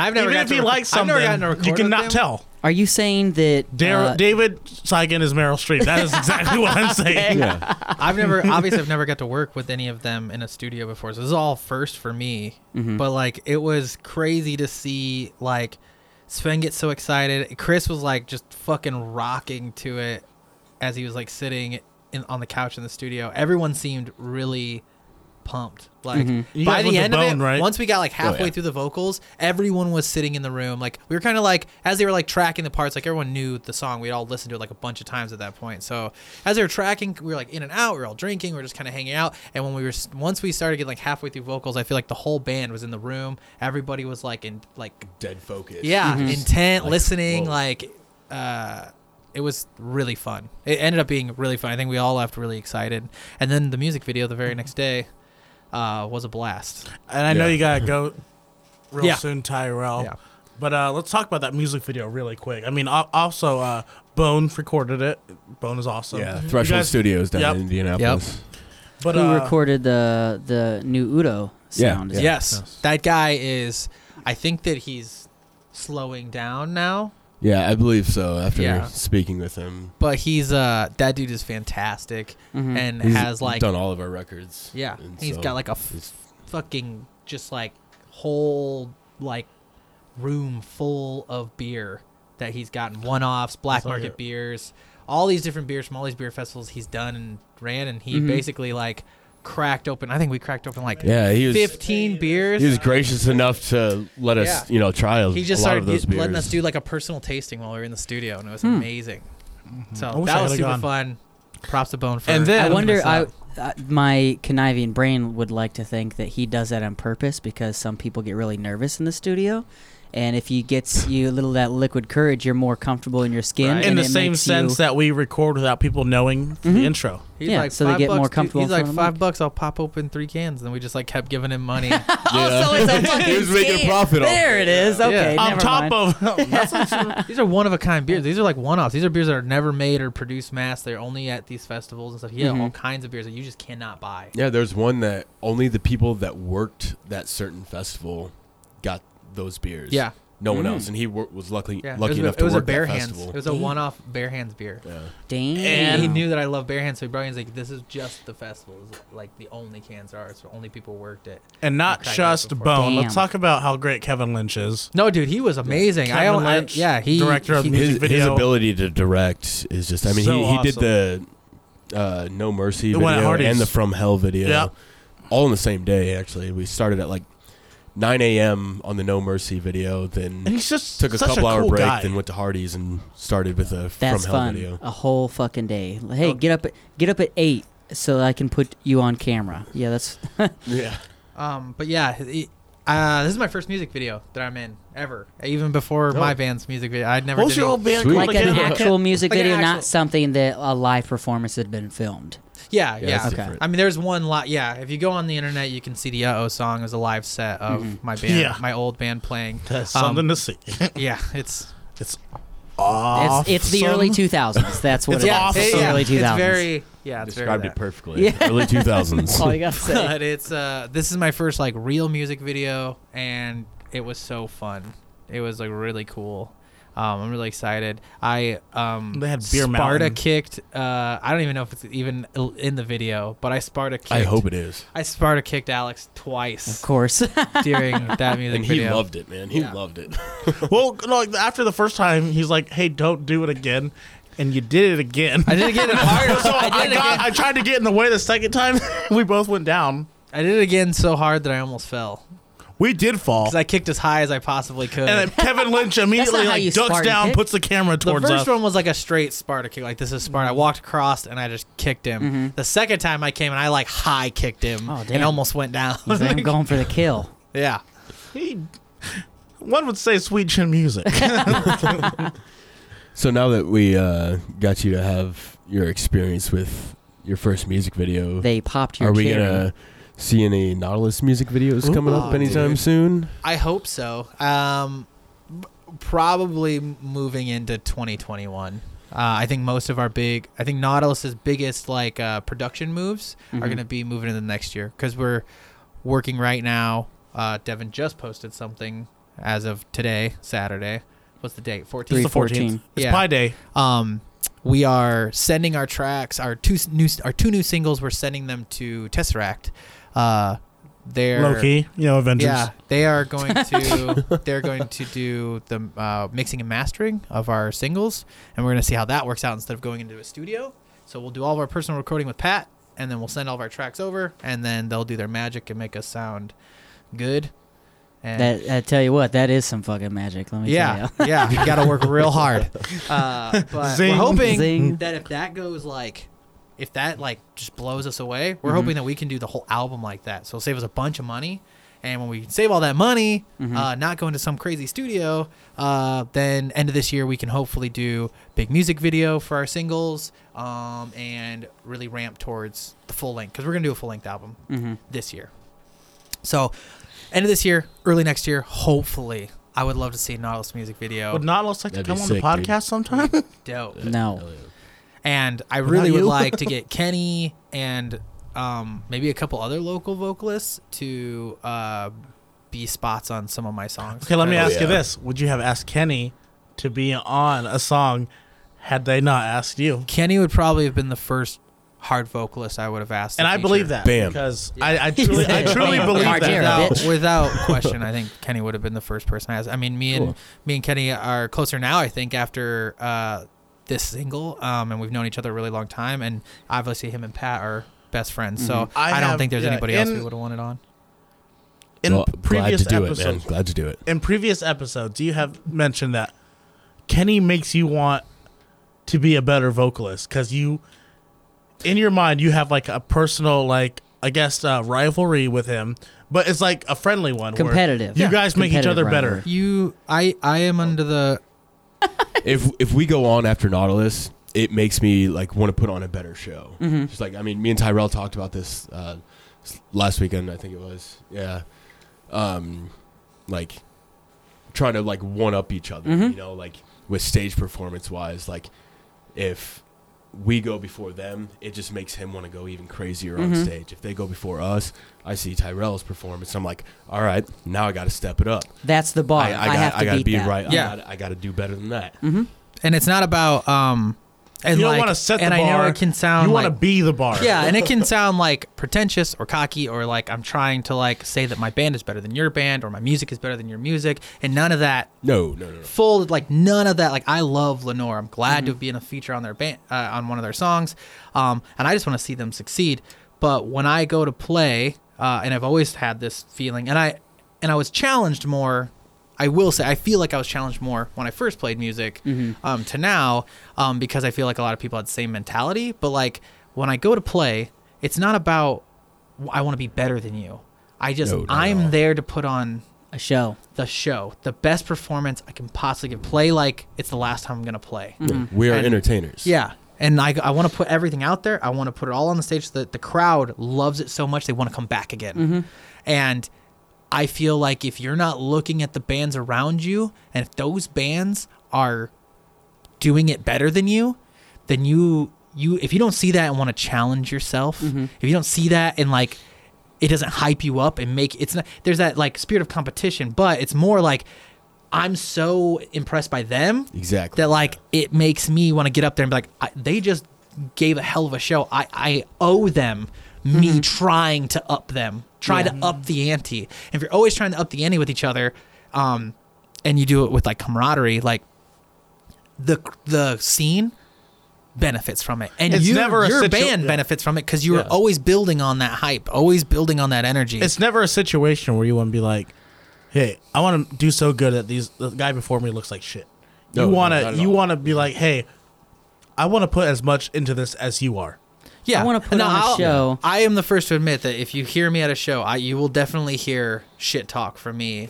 [SPEAKER 1] i've never
[SPEAKER 3] even
[SPEAKER 1] got
[SPEAKER 3] if
[SPEAKER 1] to
[SPEAKER 3] he
[SPEAKER 1] rec-
[SPEAKER 3] likes
[SPEAKER 1] I've
[SPEAKER 3] something,
[SPEAKER 1] never gotten to record
[SPEAKER 3] you
[SPEAKER 1] with
[SPEAKER 3] cannot
[SPEAKER 1] him.
[SPEAKER 3] tell.
[SPEAKER 4] Are you saying that?
[SPEAKER 3] Dar-
[SPEAKER 4] uh,
[SPEAKER 3] David Sagan is Meryl Streep. That is exactly what
[SPEAKER 1] (laughs)
[SPEAKER 3] I'm saying.
[SPEAKER 2] Yeah,
[SPEAKER 3] (laughs)
[SPEAKER 1] I've never obviously I've never got to work with any of them in a studio before,
[SPEAKER 3] Mm-hmm.
[SPEAKER 1] so this is all first for me. But like it was crazy to see like Sven gets so excited. Chris was like just fucking rocking to it as he was like sitting in, on the couch in the studio. Everyone seemed really pumped. Like
[SPEAKER 3] Mm-hmm. You
[SPEAKER 1] by
[SPEAKER 3] guys went
[SPEAKER 1] the
[SPEAKER 3] to
[SPEAKER 1] end of
[SPEAKER 3] Bone,
[SPEAKER 1] it,
[SPEAKER 3] right?
[SPEAKER 1] once we got like halfway
[SPEAKER 2] Oh, yeah.
[SPEAKER 1] through the vocals, everyone was sitting in the room. Like we were kind of like as they were like tracking the parts, like everyone knew the song. We'd all listened to it like a bunch of times at that point. So as they were tracking, we were like in and out. We were all drinking. We were just kind of hanging out. And when we were s- once we started getting like halfway through vocals, I feel like the whole band was in the room. Everybody was like in like
[SPEAKER 2] Dead focus.
[SPEAKER 1] yeah intent
[SPEAKER 2] Mm-hmm. Like,
[SPEAKER 1] listening
[SPEAKER 2] whoa.
[SPEAKER 1] like uh it was really fun it ended up being really fun i think we all left really excited and then the music video the
[SPEAKER 2] Mm-hmm.
[SPEAKER 1] very next day uh was a blast
[SPEAKER 3] And I know
[SPEAKER 2] Yeah.
[SPEAKER 3] you gotta go real
[SPEAKER 1] Yeah.
[SPEAKER 3] soon, Tyrell.
[SPEAKER 1] Yeah.
[SPEAKER 3] But uh, let's talk about that music video really quick. I mean, al- also uh, Bone recorded it. Bone is awesome.
[SPEAKER 2] Yeah.
[SPEAKER 3] Mm-hmm. You
[SPEAKER 2] Threshold
[SPEAKER 3] guys-
[SPEAKER 2] Studios down
[SPEAKER 3] Yep.
[SPEAKER 2] in Indianapolis.
[SPEAKER 3] But
[SPEAKER 4] Who
[SPEAKER 3] uh,
[SPEAKER 4] recorded the the new Udo
[SPEAKER 2] Yeah,
[SPEAKER 4] sound?
[SPEAKER 2] yeah.
[SPEAKER 1] yes
[SPEAKER 3] Yes.
[SPEAKER 1] that guy is i think that he's slowing down now
[SPEAKER 2] Yeah, I believe so. After
[SPEAKER 1] Yeah.
[SPEAKER 2] speaking with him,
[SPEAKER 1] but he's uh that dude is fantastic
[SPEAKER 4] Mhm.
[SPEAKER 1] and
[SPEAKER 2] he's
[SPEAKER 1] has like
[SPEAKER 2] done all of our records.
[SPEAKER 1] yeah
[SPEAKER 2] and
[SPEAKER 1] he's
[SPEAKER 2] so
[SPEAKER 1] got like a f-
[SPEAKER 2] he's-
[SPEAKER 1] fucking just like whole like room full of beer that he's gotten one offs, black
[SPEAKER 3] That's all
[SPEAKER 1] market
[SPEAKER 3] good.
[SPEAKER 1] beers, all these different beers from all these beer festivals he's done and ran and he
[SPEAKER 4] Mhm.
[SPEAKER 1] basically like cracked open I think we cracked open like
[SPEAKER 2] yeah, he was.
[SPEAKER 1] fifteen beers.
[SPEAKER 2] He was gracious enough to let us,
[SPEAKER 1] Yeah.
[SPEAKER 2] you know, try a,
[SPEAKER 1] He just
[SPEAKER 2] a lot
[SPEAKER 1] started
[SPEAKER 2] of those beers.
[SPEAKER 1] letting us do like a personal tasting while we were in the studio and it was
[SPEAKER 4] Hmm.
[SPEAKER 1] amazing.
[SPEAKER 3] I
[SPEAKER 1] So
[SPEAKER 3] wish I
[SPEAKER 1] that
[SPEAKER 3] coulda
[SPEAKER 1] was super
[SPEAKER 3] gone.
[SPEAKER 1] fun. Props to Bone for
[SPEAKER 3] And then-
[SPEAKER 4] I
[SPEAKER 3] Yeah,
[SPEAKER 4] wonder.
[SPEAKER 1] messing
[SPEAKER 4] I,
[SPEAKER 1] up.
[SPEAKER 4] uh, my conniving brain would like to think that he does that on purpose because some people get really nervous in the studio, and if he gets you a little of that liquid courage, you're more comfortable in your
[SPEAKER 1] Right.
[SPEAKER 4] skin. and
[SPEAKER 3] in the
[SPEAKER 4] it
[SPEAKER 3] same
[SPEAKER 4] makes
[SPEAKER 3] sense
[SPEAKER 4] you-
[SPEAKER 3] that we record without people knowing the
[SPEAKER 4] Mhm.
[SPEAKER 3] intro.
[SPEAKER 1] He's
[SPEAKER 4] Yeah,
[SPEAKER 1] like
[SPEAKER 4] so they
[SPEAKER 1] "Five
[SPEAKER 4] get more
[SPEAKER 1] bucks, dude."
[SPEAKER 4] comfortable in
[SPEAKER 1] He's like
[SPEAKER 4] front of the
[SPEAKER 1] five
[SPEAKER 4] mic."
[SPEAKER 1] bucks. I'll pop open three cans, and we just like kept giving him
[SPEAKER 4] (laughs)
[SPEAKER 1] money.
[SPEAKER 4] (laughs) Also, it's a fucking
[SPEAKER 2] he was making
[SPEAKER 4] skin.
[SPEAKER 2] profit off
[SPEAKER 4] There it is. Okay,
[SPEAKER 3] On
[SPEAKER 4] never
[SPEAKER 3] top
[SPEAKER 4] mind. (laughs)
[SPEAKER 3] of (laughs) that's like some-
[SPEAKER 1] These are one of a kind beers. These are like one offs. These are beers that are never made or produced mass. They're only at these festivals and stuff. He
[SPEAKER 4] Mm-hmm.
[SPEAKER 1] had all kinds of beers that you just cannot buy.
[SPEAKER 2] Yeah, there's one that only the people that worked that certain festival got those beers.
[SPEAKER 1] Yeah.
[SPEAKER 2] no one else, and he wor- was luckily
[SPEAKER 1] Yeah,
[SPEAKER 2] lucky
[SPEAKER 1] it was,
[SPEAKER 2] enough
[SPEAKER 1] a,
[SPEAKER 2] to
[SPEAKER 1] it was
[SPEAKER 2] work
[SPEAKER 1] a bare
[SPEAKER 2] that
[SPEAKER 1] hands.
[SPEAKER 2] festival.
[SPEAKER 1] It was a one off bare hands beer.
[SPEAKER 4] Mm-hmm. Damn.
[SPEAKER 1] And he knew that I love bare hands, so he brought in he's like, "This is just the festival. This is, like the only cans there are. So only people worked it."
[SPEAKER 3] and not
[SPEAKER 1] Okay,
[SPEAKER 3] just
[SPEAKER 1] before-
[SPEAKER 3] Bone.
[SPEAKER 4] Damn.
[SPEAKER 3] Let's talk about how great Kevin Lynch is.
[SPEAKER 1] No, dude, he was amazing. I,
[SPEAKER 3] Kevin
[SPEAKER 1] don't- I-
[SPEAKER 3] Lynch,
[SPEAKER 1] yeah, he
[SPEAKER 3] director of
[SPEAKER 1] he-
[SPEAKER 3] the music
[SPEAKER 2] his, his
[SPEAKER 3] video.
[SPEAKER 2] ability to direct is just. I mean,
[SPEAKER 3] So
[SPEAKER 2] he, he did the uh, No Mercy
[SPEAKER 3] The one at
[SPEAKER 2] video
[SPEAKER 3] Hardee's.
[SPEAKER 2] and the From Hell video,
[SPEAKER 3] Yeah.
[SPEAKER 2] all on the same day. Actually, we started at like 9 a.m. on the No Mercy video, then
[SPEAKER 3] And he's just
[SPEAKER 2] took a
[SPEAKER 3] such
[SPEAKER 2] couple
[SPEAKER 3] a
[SPEAKER 2] hour
[SPEAKER 3] cool
[SPEAKER 2] break,
[SPEAKER 3] guy.
[SPEAKER 2] then went to Hardee's and started with a
[SPEAKER 4] That's
[SPEAKER 2] From Hell
[SPEAKER 4] fun. Oh,
[SPEAKER 2] video.
[SPEAKER 4] A whole fucking day. Hey, get up, at, get up at eight so I can put you on camera. Yeah, that's
[SPEAKER 2] Yeah,
[SPEAKER 1] Um, but yeah, he, uh, this is my first music video that I'm in ever. Even before my band's music video, I'd never.
[SPEAKER 3] Oh. What was
[SPEAKER 1] did
[SPEAKER 3] your
[SPEAKER 1] any-
[SPEAKER 3] old band
[SPEAKER 2] Sweet.
[SPEAKER 3] called
[SPEAKER 4] (laughs) like an
[SPEAKER 3] again?
[SPEAKER 4] actual music
[SPEAKER 1] Like an
[SPEAKER 4] video,
[SPEAKER 1] actual-
[SPEAKER 4] not something that a live performance had been filmed.
[SPEAKER 1] Yeah,
[SPEAKER 2] Yeah,
[SPEAKER 1] yeah.
[SPEAKER 2] that's
[SPEAKER 4] Okay.
[SPEAKER 2] different.
[SPEAKER 1] I mean, there's one lot. Yeah, if you go on the internet, you can see the Uh Oh song is a live set of my band,
[SPEAKER 3] Mm-hmm. Yeah.
[SPEAKER 1] my old band playing.
[SPEAKER 3] That's
[SPEAKER 1] Um,
[SPEAKER 3] something to see. (laughs)
[SPEAKER 1] Yeah, it's
[SPEAKER 3] It's awesome.
[SPEAKER 4] It's, it's the early 2000s. That's what
[SPEAKER 1] it's
[SPEAKER 4] it
[SPEAKER 1] yeah,
[SPEAKER 4] is.
[SPEAKER 1] it-
[SPEAKER 4] It's the
[SPEAKER 1] yeah,
[SPEAKER 4] early
[SPEAKER 1] it's
[SPEAKER 2] (laughs)
[SPEAKER 4] 2000s.
[SPEAKER 1] very yeah. It's
[SPEAKER 2] described
[SPEAKER 1] very
[SPEAKER 2] it
[SPEAKER 1] that.
[SPEAKER 2] perfectly.
[SPEAKER 4] Yeah. (laughs)
[SPEAKER 2] Early 2000s.
[SPEAKER 4] That's all you gotta say.
[SPEAKER 1] But it's uh, this is my first like real music video, and it was so fun. It was like really cool. Um, I'm really excited. I um,
[SPEAKER 3] They had Beer
[SPEAKER 1] Sparta
[SPEAKER 3] Mountain.
[SPEAKER 1] kicked. Uh, I don't even know if it's even in the video, but I Sparta. Kicked,
[SPEAKER 2] I hope it is.
[SPEAKER 1] I Sparta kicked Alex twice
[SPEAKER 4] Of
[SPEAKER 2] (laughs)
[SPEAKER 4] course. (laughs)
[SPEAKER 1] during that music
[SPEAKER 2] And he
[SPEAKER 1] video.
[SPEAKER 2] loved it, man. He
[SPEAKER 1] Yeah.
[SPEAKER 2] loved it.
[SPEAKER 3] well, no, like, after the first time, he's like, "Hey, don't do it again," and you did it again. (laughs)
[SPEAKER 1] I
[SPEAKER 2] (laughs)
[SPEAKER 1] did it again. in hard.
[SPEAKER 3] So
[SPEAKER 1] I
[SPEAKER 3] I,
[SPEAKER 1] did it
[SPEAKER 3] got,
[SPEAKER 1] again.
[SPEAKER 3] I tried to get in the way the second time. (laughs) we both went down.
[SPEAKER 1] I did it again so hard that I almost fell
[SPEAKER 3] We did fall.
[SPEAKER 1] because I kicked as high as I possibly could.
[SPEAKER 3] and then Kevin
[SPEAKER 1] (laughs)
[SPEAKER 3] Lynch immediately
[SPEAKER 4] how you
[SPEAKER 3] like ducks
[SPEAKER 4] Spartan
[SPEAKER 3] down,
[SPEAKER 4] kick.
[SPEAKER 3] puts the camera
[SPEAKER 1] the
[SPEAKER 3] towards
[SPEAKER 1] first
[SPEAKER 3] us.
[SPEAKER 1] one was like a straight Sparta kick, like this is Sparta. I
[SPEAKER 4] Mm-hmm.
[SPEAKER 1] walked across and I just kicked him. The second time I came and I like high kicked him
[SPEAKER 4] Oh, damn.
[SPEAKER 1] and almost went down. (laughs)
[SPEAKER 4] He's like, I'm going for the kill.
[SPEAKER 1] yeah,
[SPEAKER 3] He, (laughs) one would say sweet chin
[SPEAKER 1] (laughs)
[SPEAKER 3] music.
[SPEAKER 2] So now that we uh, got you to have your experience with your first music video,
[SPEAKER 4] They popped your
[SPEAKER 2] are we
[SPEAKER 4] cherry.
[SPEAKER 2] gonna see any Nautilus music videos coming up
[SPEAKER 1] Ooh,
[SPEAKER 2] anytime
[SPEAKER 1] dude.
[SPEAKER 2] soon?
[SPEAKER 1] I hope so. Um, b- probably moving into 2021. Uh, I think most of our big, I think Nautilus's biggest like uh, production moves
[SPEAKER 4] Mm-hmm.
[SPEAKER 1] are going to be moving into the next year because we're working right now. Uh, Devin just posted something as of today, Saturday. What's the date? 14th.
[SPEAKER 4] Three
[SPEAKER 3] It's the 14th.
[SPEAKER 4] 14.
[SPEAKER 3] It's
[SPEAKER 1] Yeah.
[SPEAKER 3] Pi Day.
[SPEAKER 1] um, we are sending our tracks, our two s- new, our two new singles. We're sending them to Tesseract, uh, they're
[SPEAKER 3] Loki, you know, Avengers.
[SPEAKER 1] Yeah, they are going to (laughs) they're going to do the uh, mixing and mastering of our singles, and we're going to see how that works out instead of going into a studio. So we'll do all of our personal recording with Pat, and then we'll send all of our tracks over, and then they'll do their magic and make us sound good. And
[SPEAKER 4] That I tell you what, that is some fucking magic. Let me
[SPEAKER 1] yeah,
[SPEAKER 4] tell
[SPEAKER 1] yeah, you got to work real hard. (laughs) Uh, but
[SPEAKER 3] Zing.
[SPEAKER 1] we're hoping
[SPEAKER 4] Zing.
[SPEAKER 1] that if that goes like, if that like just blows us away, we're hoping that we can do the whole album like that. So it'll save us a bunch of money, and when we save all that money, uh, not going to some crazy studio, uh, then end of this year we can hopefully do big music video for our singles, um, and really ramp towards the full length because we're gonna do a full length album
[SPEAKER 4] you. hmm
[SPEAKER 1] this year. So, end of this year, early next year, hopefully. I would love to see Nautilus music video.
[SPEAKER 3] Would Nautilus like
[SPEAKER 2] That'd
[SPEAKER 3] to
[SPEAKER 2] be
[SPEAKER 3] come on the
[SPEAKER 2] sick, dude.
[SPEAKER 3] podcast
[SPEAKER 2] (laughs)
[SPEAKER 3] sometime?
[SPEAKER 1] Dope.
[SPEAKER 4] No.
[SPEAKER 1] And I really would
[SPEAKER 3] you?
[SPEAKER 1] like to
[SPEAKER 3] (laughs)
[SPEAKER 1] get Kenny and um, maybe a couple other local vocalists to uh, be spots on some of my songs.
[SPEAKER 3] okay, let me
[SPEAKER 2] Oh,
[SPEAKER 3] ask you
[SPEAKER 2] yeah.
[SPEAKER 3] this: Would you have asked Kenny to be on a song had they not asked you?
[SPEAKER 1] Kenny would probably have been the first hard vocalist I would have asked. to
[SPEAKER 3] And I believe
[SPEAKER 1] feature.
[SPEAKER 3] that
[SPEAKER 2] Bam.
[SPEAKER 3] because I, I truly, I
[SPEAKER 4] (laughs) said,
[SPEAKER 3] truly
[SPEAKER 4] "Bam."
[SPEAKER 3] believe
[SPEAKER 4] Mark
[SPEAKER 3] that.
[SPEAKER 4] You're a
[SPEAKER 1] without, (laughs)
[SPEAKER 4] bitch.
[SPEAKER 1] without question, I think Kenny would have been the first person I asked. I mean, me and
[SPEAKER 2] Cool.
[SPEAKER 1] me and Kenny are closer now. I think after uh, this single, um, and we've known each other a really long time. And obviously, him and Pat are best friends. So I,
[SPEAKER 3] Mm-hmm. I
[SPEAKER 1] don't
[SPEAKER 3] have-
[SPEAKER 1] think there's
[SPEAKER 3] yeah,
[SPEAKER 1] anybody else we
[SPEAKER 3] in-
[SPEAKER 1] would have wanted on.
[SPEAKER 3] In
[SPEAKER 2] Well, glad
[SPEAKER 3] previous
[SPEAKER 2] to do it, man.
[SPEAKER 3] episodes,
[SPEAKER 2] Glad to do it.
[SPEAKER 3] in previous episodes, you have mentioned that Kenny makes you want to be a better vocalist because you, in your mind, you have like a personal, like I guess, uh, rivalry with him, but it's like a friendly one. where
[SPEAKER 4] Competitive.
[SPEAKER 3] You
[SPEAKER 4] Yeah.
[SPEAKER 3] guys make each
[SPEAKER 4] Competitive
[SPEAKER 3] other
[SPEAKER 4] rivalry.
[SPEAKER 3] better.
[SPEAKER 1] You, I, I am under the
[SPEAKER 2] if if we go on after Nautilus, it makes me like want to put on a better show.
[SPEAKER 4] Mm-hmm.
[SPEAKER 2] Just like I mean, me and Tyrell talked about this uh, s- last weekend. I think it was. Yeah, um, like trying to like one up each
[SPEAKER 4] Mm-hmm.
[SPEAKER 2] other. You know, like with stage performance wise, like if we go before them, it just makes him want to go even crazier
[SPEAKER 4] Mm-hmm.
[SPEAKER 2] on stage. If they go before us, I see Tyrell's performance. I'm like, all right, now I got to step it up.
[SPEAKER 4] That's the bar. I,
[SPEAKER 2] I, I, got,
[SPEAKER 4] have to
[SPEAKER 2] I gotta
[SPEAKER 4] beat
[SPEAKER 2] be
[SPEAKER 4] that.
[SPEAKER 2] right.
[SPEAKER 1] Yeah.
[SPEAKER 2] I got I got to do better than that.
[SPEAKER 1] and it's not about um and
[SPEAKER 3] You don't
[SPEAKER 1] like,
[SPEAKER 3] want to set the
[SPEAKER 1] and
[SPEAKER 3] bar.
[SPEAKER 1] I know it can sound
[SPEAKER 3] You want
[SPEAKER 1] like-
[SPEAKER 3] to be the bar.
[SPEAKER 1] yeah and it can sound like pretentious or cocky or like I'm trying to like say that my band is better than your band or my music is better than your music and none of that
[SPEAKER 2] No, no, no, no.
[SPEAKER 1] full like none of that like I love Lenore I'm glad
[SPEAKER 2] Mm-hmm.
[SPEAKER 1] to be in a feature on their band uh, on one of their songs um and I just want to see them succeed but when I go to play uh, and I've always had this feeling and I and I was challenged more I will say I feel like I was challenged more when I first played music
[SPEAKER 2] Mm-hmm.
[SPEAKER 1] um, to now um, because I feel like a lot of people had the same mentality. But like when I go to play, it's not about "W- I want to be better than you. I just
[SPEAKER 2] No, not at all.
[SPEAKER 1] I'm there to put on
[SPEAKER 4] A show.
[SPEAKER 1] the show, the best performance I can possibly give. Play like it's the last time I'm gonna play.
[SPEAKER 2] We are
[SPEAKER 1] Hmm. And-
[SPEAKER 2] entertainers.
[SPEAKER 1] Yeah. And I, I want to put everything out there. I want to put it all on the stage so that the crowd loves it so much they want to come back again. And I feel like if you're not looking at the bands around you and if those bands are doing it better than you, then you you if you don't see that and want to challenge yourself, if you don't see that and like it doesn't hype you up and make it's not there's that like spirit of competition, but it's more like I'm so impressed by them
[SPEAKER 2] Exactly.
[SPEAKER 1] that like it makes me want to get up there and be like I, they just gave a hell of a show i, I owe them me trying to up them try to up the ante and if you're always trying to up the ante with each other um, and you do it with like camaraderie like the the scene benefits from it and
[SPEAKER 3] It's
[SPEAKER 1] you,
[SPEAKER 3] never a
[SPEAKER 1] your
[SPEAKER 3] situ-
[SPEAKER 1] band
[SPEAKER 3] yeah.
[SPEAKER 1] benefits from it because you're
[SPEAKER 2] Yeah.
[SPEAKER 1] always building on that hype always building on that energy
[SPEAKER 3] It's never a situation where you want to be like, "Hey, I want to do so good that these the guy before me looks like shit."
[SPEAKER 2] No,
[SPEAKER 3] you want
[SPEAKER 2] no, not
[SPEAKER 3] to
[SPEAKER 2] at
[SPEAKER 3] you
[SPEAKER 2] all.
[SPEAKER 3] want to be like, "Hey, I want to put as much into this as you are."
[SPEAKER 1] Yeah,
[SPEAKER 4] I wanna put on a
[SPEAKER 1] I'll-
[SPEAKER 4] show.
[SPEAKER 1] I am the first to admit that if you hear me at a show, I you will definitely hear shit talk from me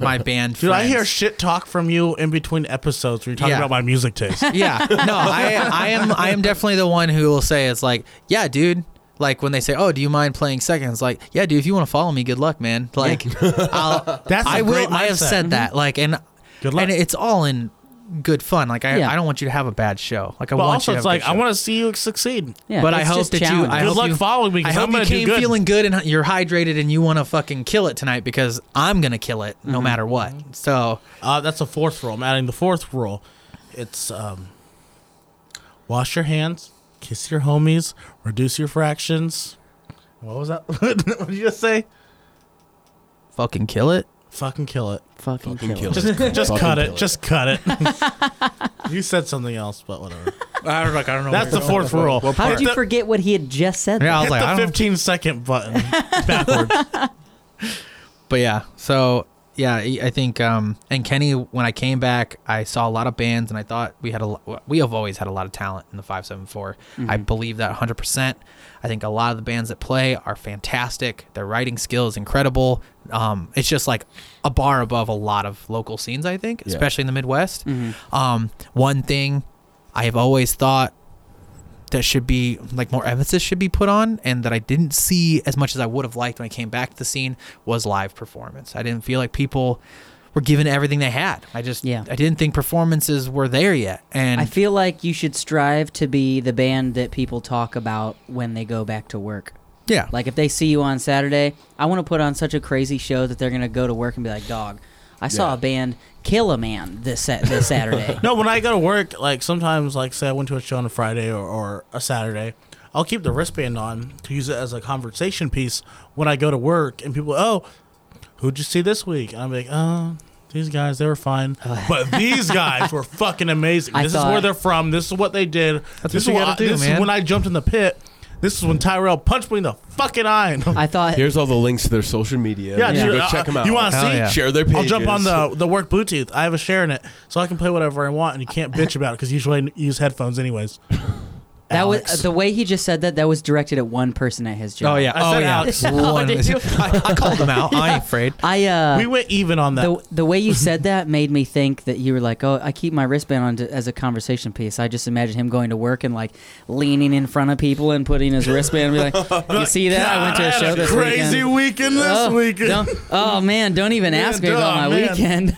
[SPEAKER 3] (laughs)
[SPEAKER 1] my band.
[SPEAKER 3] Dude, I hear
[SPEAKER 1] (laughs) friends.
[SPEAKER 3] shit talk from you in between episodes where you're talking
[SPEAKER 1] Yeah.
[SPEAKER 3] about my music taste.
[SPEAKER 1] Yeah, no, I I am I am definitely the one who will say it's like, yeah, dude. Like when they say, "Oh, do you mind playing seconds? Like, yeah, dude. If you want to follow me, good luck, man. Like, I'll,
[SPEAKER 3] (laughs) That's a
[SPEAKER 1] I will.
[SPEAKER 3] great
[SPEAKER 1] I
[SPEAKER 3] mindset.
[SPEAKER 1] have
[SPEAKER 3] Mm-hmm.
[SPEAKER 1] said that. Like, and
[SPEAKER 3] Good luck.
[SPEAKER 1] and it's all in good fun. Like, I,
[SPEAKER 4] Yeah.
[SPEAKER 1] I don't want you to have a bad show. Like, I
[SPEAKER 3] but
[SPEAKER 1] want
[SPEAKER 3] also,
[SPEAKER 1] you to
[SPEAKER 3] it's
[SPEAKER 1] have a
[SPEAKER 3] like
[SPEAKER 1] good
[SPEAKER 3] I
[SPEAKER 1] show.
[SPEAKER 3] want to see you succeed.
[SPEAKER 4] Yeah,
[SPEAKER 1] but I
[SPEAKER 4] it's
[SPEAKER 1] hope
[SPEAKER 4] just
[SPEAKER 1] that you.
[SPEAKER 4] challenging.
[SPEAKER 1] I
[SPEAKER 3] Good
[SPEAKER 1] hope
[SPEAKER 3] luck
[SPEAKER 1] you,
[SPEAKER 3] following me, 'cause
[SPEAKER 1] I
[SPEAKER 3] I'm
[SPEAKER 1] hope you
[SPEAKER 3] gonna do
[SPEAKER 1] came
[SPEAKER 3] good.
[SPEAKER 1] feeling good and you're hydrated and you want to fucking kill it tonight because I'm gonna kill it
[SPEAKER 3] Mm-hmm.
[SPEAKER 1] no matter what. So
[SPEAKER 3] Uh, that's the fourth rule. I'm adding the fourth rule. It's um, wash your hands, kiss your homies, reduce your fractions, What was that? (laughs) what did you just say?
[SPEAKER 1] Fucking kill it.
[SPEAKER 3] Fucking kill
[SPEAKER 2] (laughs)
[SPEAKER 3] it.
[SPEAKER 4] Fucking,
[SPEAKER 2] Fucking
[SPEAKER 4] kill.
[SPEAKER 2] kill
[SPEAKER 4] it.
[SPEAKER 2] it.
[SPEAKER 3] Just, just
[SPEAKER 2] Fucking
[SPEAKER 3] cut it.
[SPEAKER 2] kill it.
[SPEAKER 3] Just cut
[SPEAKER 2] (laughs)
[SPEAKER 3] it. you said something else, but whatever.
[SPEAKER 1] I don't, like, I don't know.
[SPEAKER 3] That's the fourth rule.
[SPEAKER 2] What
[SPEAKER 4] How
[SPEAKER 2] part?
[SPEAKER 4] did you
[SPEAKER 3] the-
[SPEAKER 4] forget what he had just said?
[SPEAKER 1] Yeah, I was
[SPEAKER 3] Hit
[SPEAKER 1] like, I
[SPEAKER 3] the
[SPEAKER 1] don't,
[SPEAKER 3] 15 second (laughs) button backwards.
[SPEAKER 1] but yeah. So yeah, I I think. Um, and Kenny, when I came back, I saw a lot of bands, and I thought we had a. lo- We have always had a lot of talent in the five I believe that 100. percent I think a lot of the bands that play are fantastic. Their writing skill is incredible. Um, it's just like a bar above a lot of local scenes. I think,
[SPEAKER 2] Yeah.
[SPEAKER 1] especially in the Midwest. Um, one thing I have always thought that should be like more emphasis should be put on and that I didn't see as much as I would have liked when I came back to the scene was live performance. I didn't feel like people were given everything they had. I just
[SPEAKER 4] Yeah.
[SPEAKER 1] I didn't think performances were there yet. And
[SPEAKER 4] I feel like you should strive to be the band that people talk about when they go back to work.
[SPEAKER 1] yeah.
[SPEAKER 4] Like if they see you on Saturday, I want to put on such a crazy show that they're gonna go to work and be like, "Dog, I saw
[SPEAKER 2] Yeah.
[SPEAKER 4] a band kill a man this sa- this Saturday."
[SPEAKER 3] (laughs) No, when I go to work, like sometimes, like say I went to a show on a Friday or, or a Saturday, I'll keep the wristband on to use it as a conversation piece when I go to work. And people, oh, who'd you see this week? And I'm like, oh, these guys, they were
[SPEAKER 1] (laughs)
[SPEAKER 3] fine, but these guys were fucking amazing.
[SPEAKER 4] I
[SPEAKER 3] This is
[SPEAKER 4] thought-
[SPEAKER 3] where they're from. This is what they did.
[SPEAKER 1] That's
[SPEAKER 3] this
[SPEAKER 1] what you
[SPEAKER 3] is
[SPEAKER 1] gotta
[SPEAKER 3] I-
[SPEAKER 1] do,
[SPEAKER 3] this
[SPEAKER 1] man.
[SPEAKER 3] is when I jumped in the pit. This is when Tyrell punched me in the fucking eye. (laughs) And
[SPEAKER 4] I thought
[SPEAKER 2] Here's all the links to their social media.
[SPEAKER 3] Yeah,
[SPEAKER 2] You
[SPEAKER 3] dude,
[SPEAKER 2] go
[SPEAKER 3] I-
[SPEAKER 2] check them out.
[SPEAKER 3] you wanna
[SPEAKER 1] Hell
[SPEAKER 3] see?
[SPEAKER 1] yeah.
[SPEAKER 2] share their pages?
[SPEAKER 3] I'll jump on the the work Bluetooth. I have a share in it, so I can play whatever I want, and you can't bitch about it because usually I use headphones
[SPEAKER 2] (laughs)
[SPEAKER 3] anyways.
[SPEAKER 4] that
[SPEAKER 3] Alex.
[SPEAKER 4] was the way he just said that. That was directed at one person at his job.
[SPEAKER 1] Oh yeah.
[SPEAKER 3] I
[SPEAKER 1] oh
[SPEAKER 3] said (laughs)
[SPEAKER 1] yeah.
[SPEAKER 4] (laughs)
[SPEAKER 3] Alex.
[SPEAKER 1] One of the- (laughs) I, I called them out. I ain't afraid.
[SPEAKER 4] I uh,
[SPEAKER 3] we went even on that. (laughs)
[SPEAKER 4] the the way you said that made me think that you were like, oh, I keep my wristband on to, as a conversation piece. I just imagine him going to work and like leaning in front of people and putting his wristband and be like, you see that? I went to a
[SPEAKER 3] God,
[SPEAKER 4] show
[SPEAKER 3] had
[SPEAKER 4] this
[SPEAKER 3] crazy
[SPEAKER 4] weekend.
[SPEAKER 3] weekend this
[SPEAKER 4] oh,
[SPEAKER 3] weekend.
[SPEAKER 4] don't- oh man, don't even
[SPEAKER 3] Yeah,
[SPEAKER 4] ask me about
[SPEAKER 3] duh,
[SPEAKER 4] my
[SPEAKER 3] man.
[SPEAKER 4] weekend.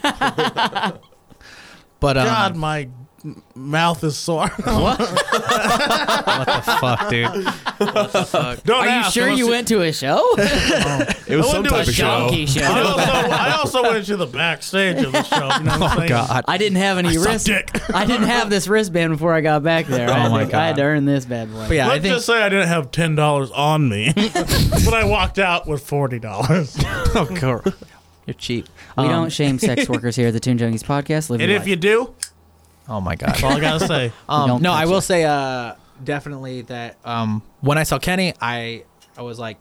[SPEAKER 1] But um,
[SPEAKER 3] God, my m- mouth is sore. (laughs)
[SPEAKER 1] what the fuck, dude?
[SPEAKER 3] (laughs)
[SPEAKER 1] What the fuck?
[SPEAKER 3] don't
[SPEAKER 4] Are you
[SPEAKER 3] ask
[SPEAKER 4] sure
[SPEAKER 3] unless
[SPEAKER 4] you went to a show?
[SPEAKER 2] It was
[SPEAKER 3] I
[SPEAKER 2] some
[SPEAKER 3] wouldn't do
[SPEAKER 2] type
[SPEAKER 3] a
[SPEAKER 2] of show.
[SPEAKER 4] Donkey show.
[SPEAKER 3] I also, I also went to the backstage of the show. You
[SPEAKER 2] (laughs)
[SPEAKER 3] know what I'm
[SPEAKER 1] Oh
[SPEAKER 3] saying?
[SPEAKER 1] god.
[SPEAKER 4] I didn't have any
[SPEAKER 3] Suck
[SPEAKER 4] wrist.
[SPEAKER 3] dick.
[SPEAKER 4] I didn't have this wristband before I got back there. I,
[SPEAKER 1] Oh
[SPEAKER 4] had
[SPEAKER 1] my
[SPEAKER 4] to, I had
[SPEAKER 1] God.
[SPEAKER 4] to earn this bad boy.
[SPEAKER 1] But yeah,
[SPEAKER 3] Let's
[SPEAKER 1] I think
[SPEAKER 3] just say I didn't have ten dollars on
[SPEAKER 4] (laughs)
[SPEAKER 3] me, (laughs) but I walked out with forty
[SPEAKER 2] (laughs)
[SPEAKER 3] dollars.
[SPEAKER 1] oh, God. You're cheap.
[SPEAKER 4] we
[SPEAKER 1] Um,
[SPEAKER 4] don't shame sex workers here at the Toon Junkies podcast. Live
[SPEAKER 3] and
[SPEAKER 4] your
[SPEAKER 3] if
[SPEAKER 4] life.
[SPEAKER 3] you do,
[SPEAKER 1] Oh my god.
[SPEAKER 4] (laughs)
[SPEAKER 3] that's all I gotta say.
[SPEAKER 1] Um,
[SPEAKER 4] don't
[SPEAKER 1] no,
[SPEAKER 4] touch
[SPEAKER 1] I will
[SPEAKER 4] it.
[SPEAKER 1] say uh, definitely that um, when I saw Kenny, I I was like,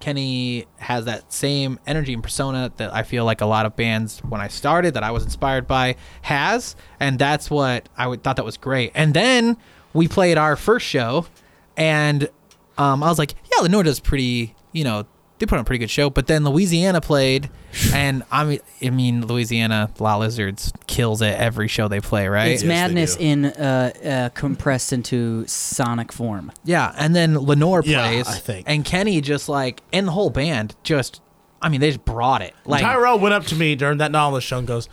[SPEAKER 1] Kenny has that same energy and persona that I feel like a lot of bands when I started that I was inspired by has, and that's what I would, thought that was great. And then we played our first show, and um, I was like, yeah, Lenore does pretty, you know. They put on a pretty good show, but then Louisiana
[SPEAKER 4] (sighs)
[SPEAKER 1] played, and I mean, I mean Louisiana La Lizards kills at every show they play, right?
[SPEAKER 2] Yes,
[SPEAKER 4] It's
[SPEAKER 2] they
[SPEAKER 4] madness
[SPEAKER 2] do.
[SPEAKER 4] in uh, uh, compressed into sonic form.
[SPEAKER 1] Yeah, and then Lenore plays,
[SPEAKER 3] Yeah, I think.
[SPEAKER 1] and Kenny just like and the whole band just, I mean, they just brought it. (laughs) Like,
[SPEAKER 3] Tyrell went up to me during that knowledge show and goes,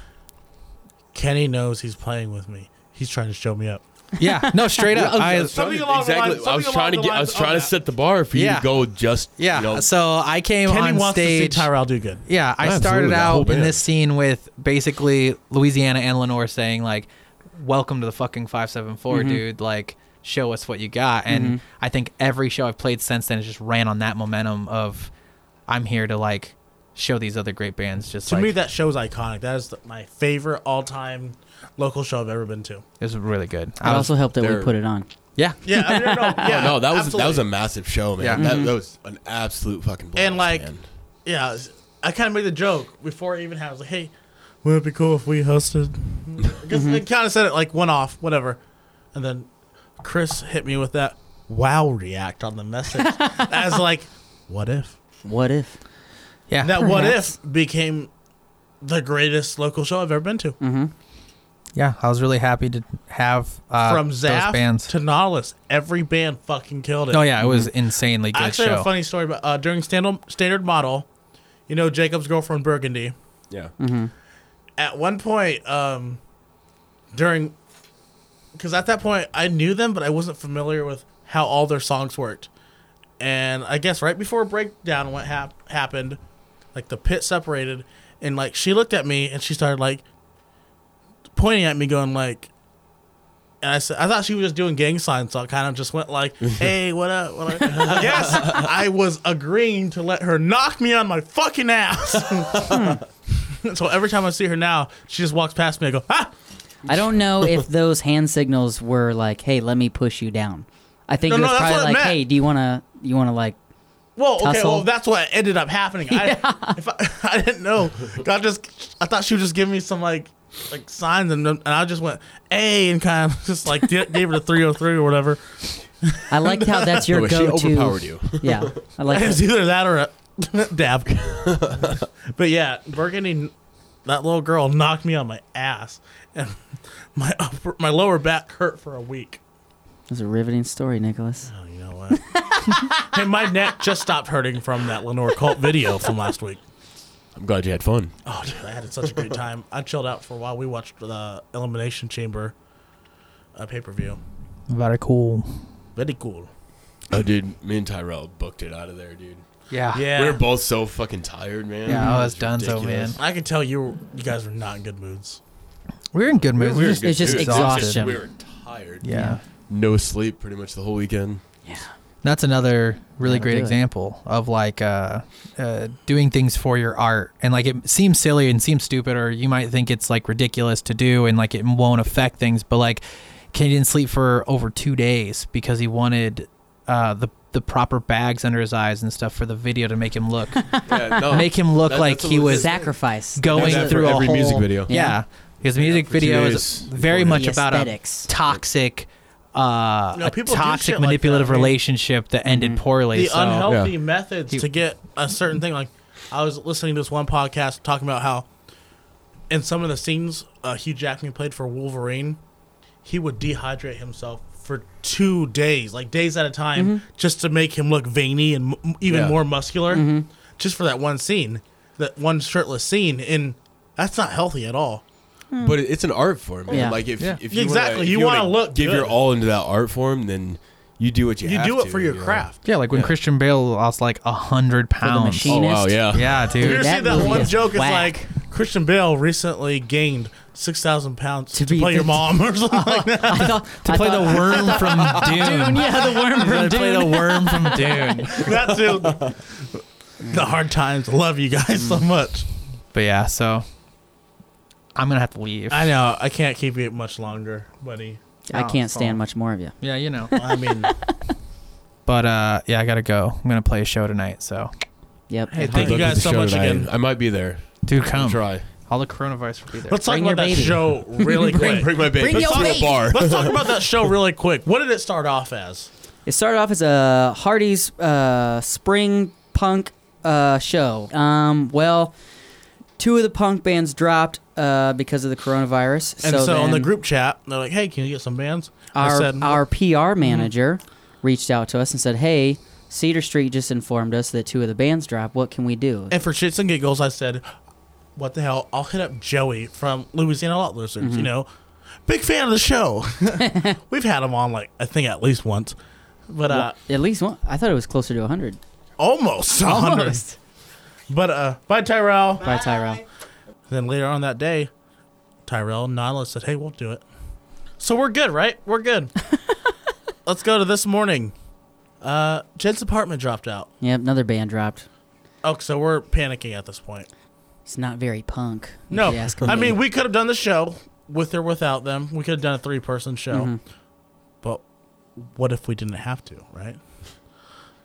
[SPEAKER 3] Kenny knows he's playing with me. He's trying to show me up.
[SPEAKER 1] (laughs) yeah, no, straight
[SPEAKER 3] (laughs)
[SPEAKER 1] up. I,
[SPEAKER 3] Something along the
[SPEAKER 2] exactly.
[SPEAKER 3] lines-
[SPEAKER 2] I
[SPEAKER 3] something
[SPEAKER 2] was
[SPEAKER 3] along
[SPEAKER 2] trying to
[SPEAKER 3] the
[SPEAKER 2] get. I
[SPEAKER 3] lines
[SPEAKER 2] was
[SPEAKER 3] of
[SPEAKER 2] trying to
[SPEAKER 3] that.
[SPEAKER 2] set the bar for you
[SPEAKER 1] Yeah.
[SPEAKER 2] to go just.
[SPEAKER 1] yeah,
[SPEAKER 2] You know,
[SPEAKER 1] so I came
[SPEAKER 3] Kenny
[SPEAKER 1] on
[SPEAKER 3] wants
[SPEAKER 1] stage.
[SPEAKER 3] to see Tyrell do good.
[SPEAKER 1] Yeah, I
[SPEAKER 2] Absolutely,
[SPEAKER 1] started
[SPEAKER 2] that whole
[SPEAKER 1] out in
[SPEAKER 2] band.
[SPEAKER 1] this scene with basically Louisiana and Lenore saying like, "Welcome to the fucking five seven
[SPEAKER 3] Mm-hmm.
[SPEAKER 1] four, dude. Like, show us what you got." And I think every show I've played since then has just ran on that momentum of, "I'm here to like show these other great bands." Just
[SPEAKER 3] To
[SPEAKER 1] like,
[SPEAKER 3] me, that show's iconic. That is the, my favorite all time local show I've ever been to.
[SPEAKER 1] it was really good. I
[SPEAKER 4] It
[SPEAKER 1] was-
[SPEAKER 4] also helped that
[SPEAKER 2] there.
[SPEAKER 4] we put it on.
[SPEAKER 1] yeah,
[SPEAKER 3] Yeah, I (laughs) mean, no, yeah,
[SPEAKER 2] Oh, no, that was that was
[SPEAKER 3] absolutely. Mm-hmm.
[SPEAKER 2] a massive show, man.
[SPEAKER 1] Yeah.
[SPEAKER 2] That, that was an absolute fucking. Blast,
[SPEAKER 3] And, like,
[SPEAKER 2] man.
[SPEAKER 3] yeah. I kind of made the joke before it even happened. I was like, hey, would it be cool if we (laughs) hosted? Because
[SPEAKER 1] Mm-hmm.
[SPEAKER 3] it kind of said it like one off, whatever. And then Chris hit me with that wow react on the
[SPEAKER 1] (laughs)
[SPEAKER 3] message as like, what if?
[SPEAKER 4] What if?
[SPEAKER 1] yeah.
[SPEAKER 3] That what
[SPEAKER 4] Perhaps.
[SPEAKER 3] if became the greatest local show I've ever been to.
[SPEAKER 1] Mm-hmm. Yeah, I was really happy to have uh,
[SPEAKER 3] From
[SPEAKER 1] those
[SPEAKER 3] Zaf
[SPEAKER 1] bands.
[SPEAKER 3] to Nautilus, every band fucking killed it.
[SPEAKER 1] oh yeah, it was insanely good
[SPEAKER 3] I actually
[SPEAKER 1] show.
[SPEAKER 3] have a funny story about uh, during standard standard model. You know Jacob's girlfriend Burgundy.
[SPEAKER 2] yeah.
[SPEAKER 1] Mm-hmm.
[SPEAKER 3] At one point, um, during because at that point I knew them, but I wasn't familiar with how all their songs worked. And I guess right before breakdown, what hap- happened, like the pit separated, and like she looked at me and she started like pointing at me, going like, And I said, I thought she was just doing gang signs, so I kind of just went like, "Hey, what up?" What up? (laughs) yes, I was agreeing to let her knock me on my fucking ass. so every time I see her now, she just walks past me. I go, "Ah,
[SPEAKER 4] I don't
[SPEAKER 2] (laughs)
[SPEAKER 4] know if those hand signals were like, "Hey, let me push you down." I think
[SPEAKER 3] No,
[SPEAKER 4] it was
[SPEAKER 3] no, that's
[SPEAKER 4] probably
[SPEAKER 3] what I
[SPEAKER 4] like,
[SPEAKER 3] meant.
[SPEAKER 4] "Hey, do you want to? You want
[SPEAKER 2] (laughs)
[SPEAKER 4] to like?"
[SPEAKER 3] Well, okay,
[SPEAKER 4] tussle.
[SPEAKER 3] well, that's what ended up happening. I, (laughs) if I, I didn't know. God just, I thought she would just give me some like, like signs, and then- and I just went a and kind of (laughs) just like di- gave her the three hundred three or whatever. (laughs)
[SPEAKER 4] I liked how that's your
[SPEAKER 2] No, she
[SPEAKER 4] go-to.
[SPEAKER 2] overpowered you.
[SPEAKER 4] (laughs) Yeah, I like.
[SPEAKER 3] It
[SPEAKER 2] (laughs)
[SPEAKER 4] that.
[SPEAKER 3] was either that or a (laughs) dab. but yeah, Burgundy, that little girl knocked me on my ass, and (laughs) my upper, my lower back hurt for a week.
[SPEAKER 4] That's a riveting story, Nicholas.
[SPEAKER 3] Oh, you know what? (laughs) and my neck just stopped hurting from that Lenore Colt video from last week.
[SPEAKER 2] I'm glad you had fun.
[SPEAKER 3] Oh, dude, I had such a great time. I chilled out for a while. We watched the Elimination Chamber uh, pay per view.
[SPEAKER 1] Very cool.
[SPEAKER 3] Very cool.
[SPEAKER 2] Oh, dude, me and Tyrell booked it out of there, dude.
[SPEAKER 1] Yeah.
[SPEAKER 3] Yeah.
[SPEAKER 2] We were both so fucking tired, man.
[SPEAKER 1] Yeah, oh, I
[SPEAKER 2] It
[SPEAKER 1] was donezo,
[SPEAKER 2] ridiculous.
[SPEAKER 3] I could tell you were, you guys were not in good moods.
[SPEAKER 1] We're in good moods.
[SPEAKER 2] We were
[SPEAKER 1] We're just-
[SPEAKER 2] good
[SPEAKER 4] it's just
[SPEAKER 2] dudes. It was just-
[SPEAKER 4] exhaustion.
[SPEAKER 2] We were tired.
[SPEAKER 1] yeah.
[SPEAKER 2] No sleep pretty much the whole weekend.
[SPEAKER 1] That's another really
[SPEAKER 4] Gotta
[SPEAKER 1] great
[SPEAKER 4] do it.
[SPEAKER 1] example of like uh, uh, doing things for your art, and like it seems silly and seems stupid, or you might think it's like ridiculous to do, and like it won't affect things. But like, Kenny didn't sleep for over two days because he wanted uh, the the proper bags under his eyes and stuff for the video to make him look
[SPEAKER 2] Yeah, no.
[SPEAKER 1] (laughs) make him look
[SPEAKER 2] That-
[SPEAKER 1] like
[SPEAKER 2] that's a
[SPEAKER 1] he
[SPEAKER 2] legit-
[SPEAKER 1] was
[SPEAKER 4] Sacrifice.
[SPEAKER 1] going
[SPEAKER 2] Do that for
[SPEAKER 1] through a
[SPEAKER 2] every
[SPEAKER 1] whole,
[SPEAKER 2] music video.
[SPEAKER 1] Yeah.
[SPEAKER 4] Yeah.
[SPEAKER 1] Because music
[SPEAKER 2] for two
[SPEAKER 1] video is
[SPEAKER 2] days
[SPEAKER 1] very
[SPEAKER 2] before
[SPEAKER 1] much
[SPEAKER 4] the
[SPEAKER 1] about
[SPEAKER 4] aesthetics.
[SPEAKER 1] a toxic, uh,
[SPEAKER 3] No,
[SPEAKER 1] a
[SPEAKER 3] people do shit
[SPEAKER 1] toxic
[SPEAKER 3] like that,
[SPEAKER 1] manipulative
[SPEAKER 3] right?
[SPEAKER 1] relationship that ended poorly.
[SPEAKER 3] The
[SPEAKER 1] so.
[SPEAKER 3] unhealthy
[SPEAKER 2] Yeah.
[SPEAKER 3] methods to get a certain thing. Like, I was listening to this one podcast talking about how in some of the scenes uh, Hugh Jackman played for Wolverine, he would dehydrate himself for two days, like days at a time,
[SPEAKER 4] Mm-hmm.
[SPEAKER 3] just to make him look veiny and m- even
[SPEAKER 2] Yeah.
[SPEAKER 3] more muscular,
[SPEAKER 4] Mm-hmm.
[SPEAKER 3] just for that one scene, that one shirtless scene. And that's not healthy at all.
[SPEAKER 2] But it- it's an art form. man.
[SPEAKER 4] Mm. Yeah.
[SPEAKER 2] Like if,
[SPEAKER 1] Yeah.
[SPEAKER 2] if you
[SPEAKER 3] Exactly.
[SPEAKER 2] Wanna, if
[SPEAKER 3] You
[SPEAKER 2] wanna
[SPEAKER 3] wanna look
[SPEAKER 2] give your
[SPEAKER 3] good.
[SPEAKER 2] all into that art form, then you do what you,
[SPEAKER 3] You
[SPEAKER 2] have
[SPEAKER 3] do it
[SPEAKER 2] to,
[SPEAKER 3] for your
[SPEAKER 2] you know?
[SPEAKER 3] craft.
[SPEAKER 1] Yeah, like when Christian Bale lost like a hundred pounds.
[SPEAKER 4] machine.
[SPEAKER 2] Oh wow, yeah.
[SPEAKER 1] (laughs) Yeah,
[SPEAKER 3] You ever
[SPEAKER 1] dude.
[SPEAKER 4] That
[SPEAKER 3] see that
[SPEAKER 4] movie
[SPEAKER 3] one
[SPEAKER 4] is
[SPEAKER 3] joke? It's
[SPEAKER 4] whack.
[SPEAKER 3] like Christian Bale recently gained six thousand pounds to,
[SPEAKER 4] be
[SPEAKER 3] play your
[SPEAKER 4] the- Oh,
[SPEAKER 3] mom
[SPEAKER 4] (laughs)
[SPEAKER 3] or something like that.
[SPEAKER 4] I thought,
[SPEAKER 1] to
[SPEAKER 4] I
[SPEAKER 1] play the
[SPEAKER 4] thought-
[SPEAKER 1] worm from Dune.
[SPEAKER 4] (laughs) yeah,
[SPEAKER 1] (laughs)
[SPEAKER 4] the worm
[SPEAKER 1] To
[SPEAKER 4] from
[SPEAKER 1] play
[SPEAKER 4] Dune.
[SPEAKER 1] the worm
[SPEAKER 4] (laughs)
[SPEAKER 1] from Dune.
[SPEAKER 3] That's it. The hard times. Love you guys so much.
[SPEAKER 1] But yeah, so I'm gonna have to leave.
[SPEAKER 3] I know. I can't keep it much longer, buddy.
[SPEAKER 4] I can't
[SPEAKER 1] Oh,
[SPEAKER 4] stand much more of you.
[SPEAKER 1] yeah, you know.
[SPEAKER 3] I mean,
[SPEAKER 1] But uh, yeah, I gotta go. I'm gonna play a show tonight. So,
[SPEAKER 4] Yep.
[SPEAKER 3] (laughs) Hey,
[SPEAKER 4] it
[SPEAKER 3] thank
[SPEAKER 2] Good
[SPEAKER 4] hurt.
[SPEAKER 3] you
[SPEAKER 2] luck
[SPEAKER 3] guys
[SPEAKER 2] with the
[SPEAKER 3] so
[SPEAKER 2] show
[SPEAKER 3] much
[SPEAKER 2] tonight.
[SPEAKER 3] again.
[SPEAKER 2] I might be there.
[SPEAKER 1] dude,
[SPEAKER 2] I'll
[SPEAKER 1] come.
[SPEAKER 2] try.
[SPEAKER 1] All the coronavirus will be there.
[SPEAKER 3] let's talk
[SPEAKER 4] Bring your
[SPEAKER 3] about that (laughs)
[SPEAKER 4] baby.
[SPEAKER 3] show really quick.
[SPEAKER 2] Bring my baby.
[SPEAKER 4] Bring
[SPEAKER 2] Let's
[SPEAKER 4] your
[SPEAKER 2] do a
[SPEAKER 4] baby.
[SPEAKER 2] bar.
[SPEAKER 3] Let's talk about that show really quick. What did it start off as?
[SPEAKER 4] It started off as a Hardy's uh, spring punk uh, show. Um, well, two of the punk bands dropped uh, because of the coronavirus.
[SPEAKER 3] And so, on the
[SPEAKER 4] then
[SPEAKER 3] group chat, they're like, "Hey, can you get some bands?" I
[SPEAKER 4] our
[SPEAKER 3] said, mm-hmm."
[SPEAKER 4] our PR manager reached out to us and said, "Hey, Cedar Street just informed us that two of the bands dropped. What can we do?"
[SPEAKER 3] And for shits and giggles, I said, "What the hell? I'll hit up Joey from Louisiana Lot Lizards. You know, big fan of the (laughs) show. We've had him on like I think at least once, but uh,
[SPEAKER 4] At least one. I thought it was closer to 100.
[SPEAKER 3] (laughs) almost, a hundred.
[SPEAKER 4] Almost.
[SPEAKER 3] But uh, bye Tyrell.
[SPEAKER 4] Bye, Tyrell.
[SPEAKER 3] Then later on that day, Tyrell and Nyla said, "Hey, we'll do it." So we're good, right? We're good. Let's go to this morning. Uh, Jed's apartment dropped out.
[SPEAKER 4] Yep, another band dropped.
[SPEAKER 3] Oh, so we're panicking at this point.
[SPEAKER 4] It's not very punk. if
[SPEAKER 3] No,
[SPEAKER 4] you ask
[SPEAKER 3] I
[SPEAKER 4] me.
[SPEAKER 3] mean we could have done the show with or without them. We could have done a three-person show,
[SPEAKER 4] Mm-hmm.
[SPEAKER 3] but what if we didn't have to, right?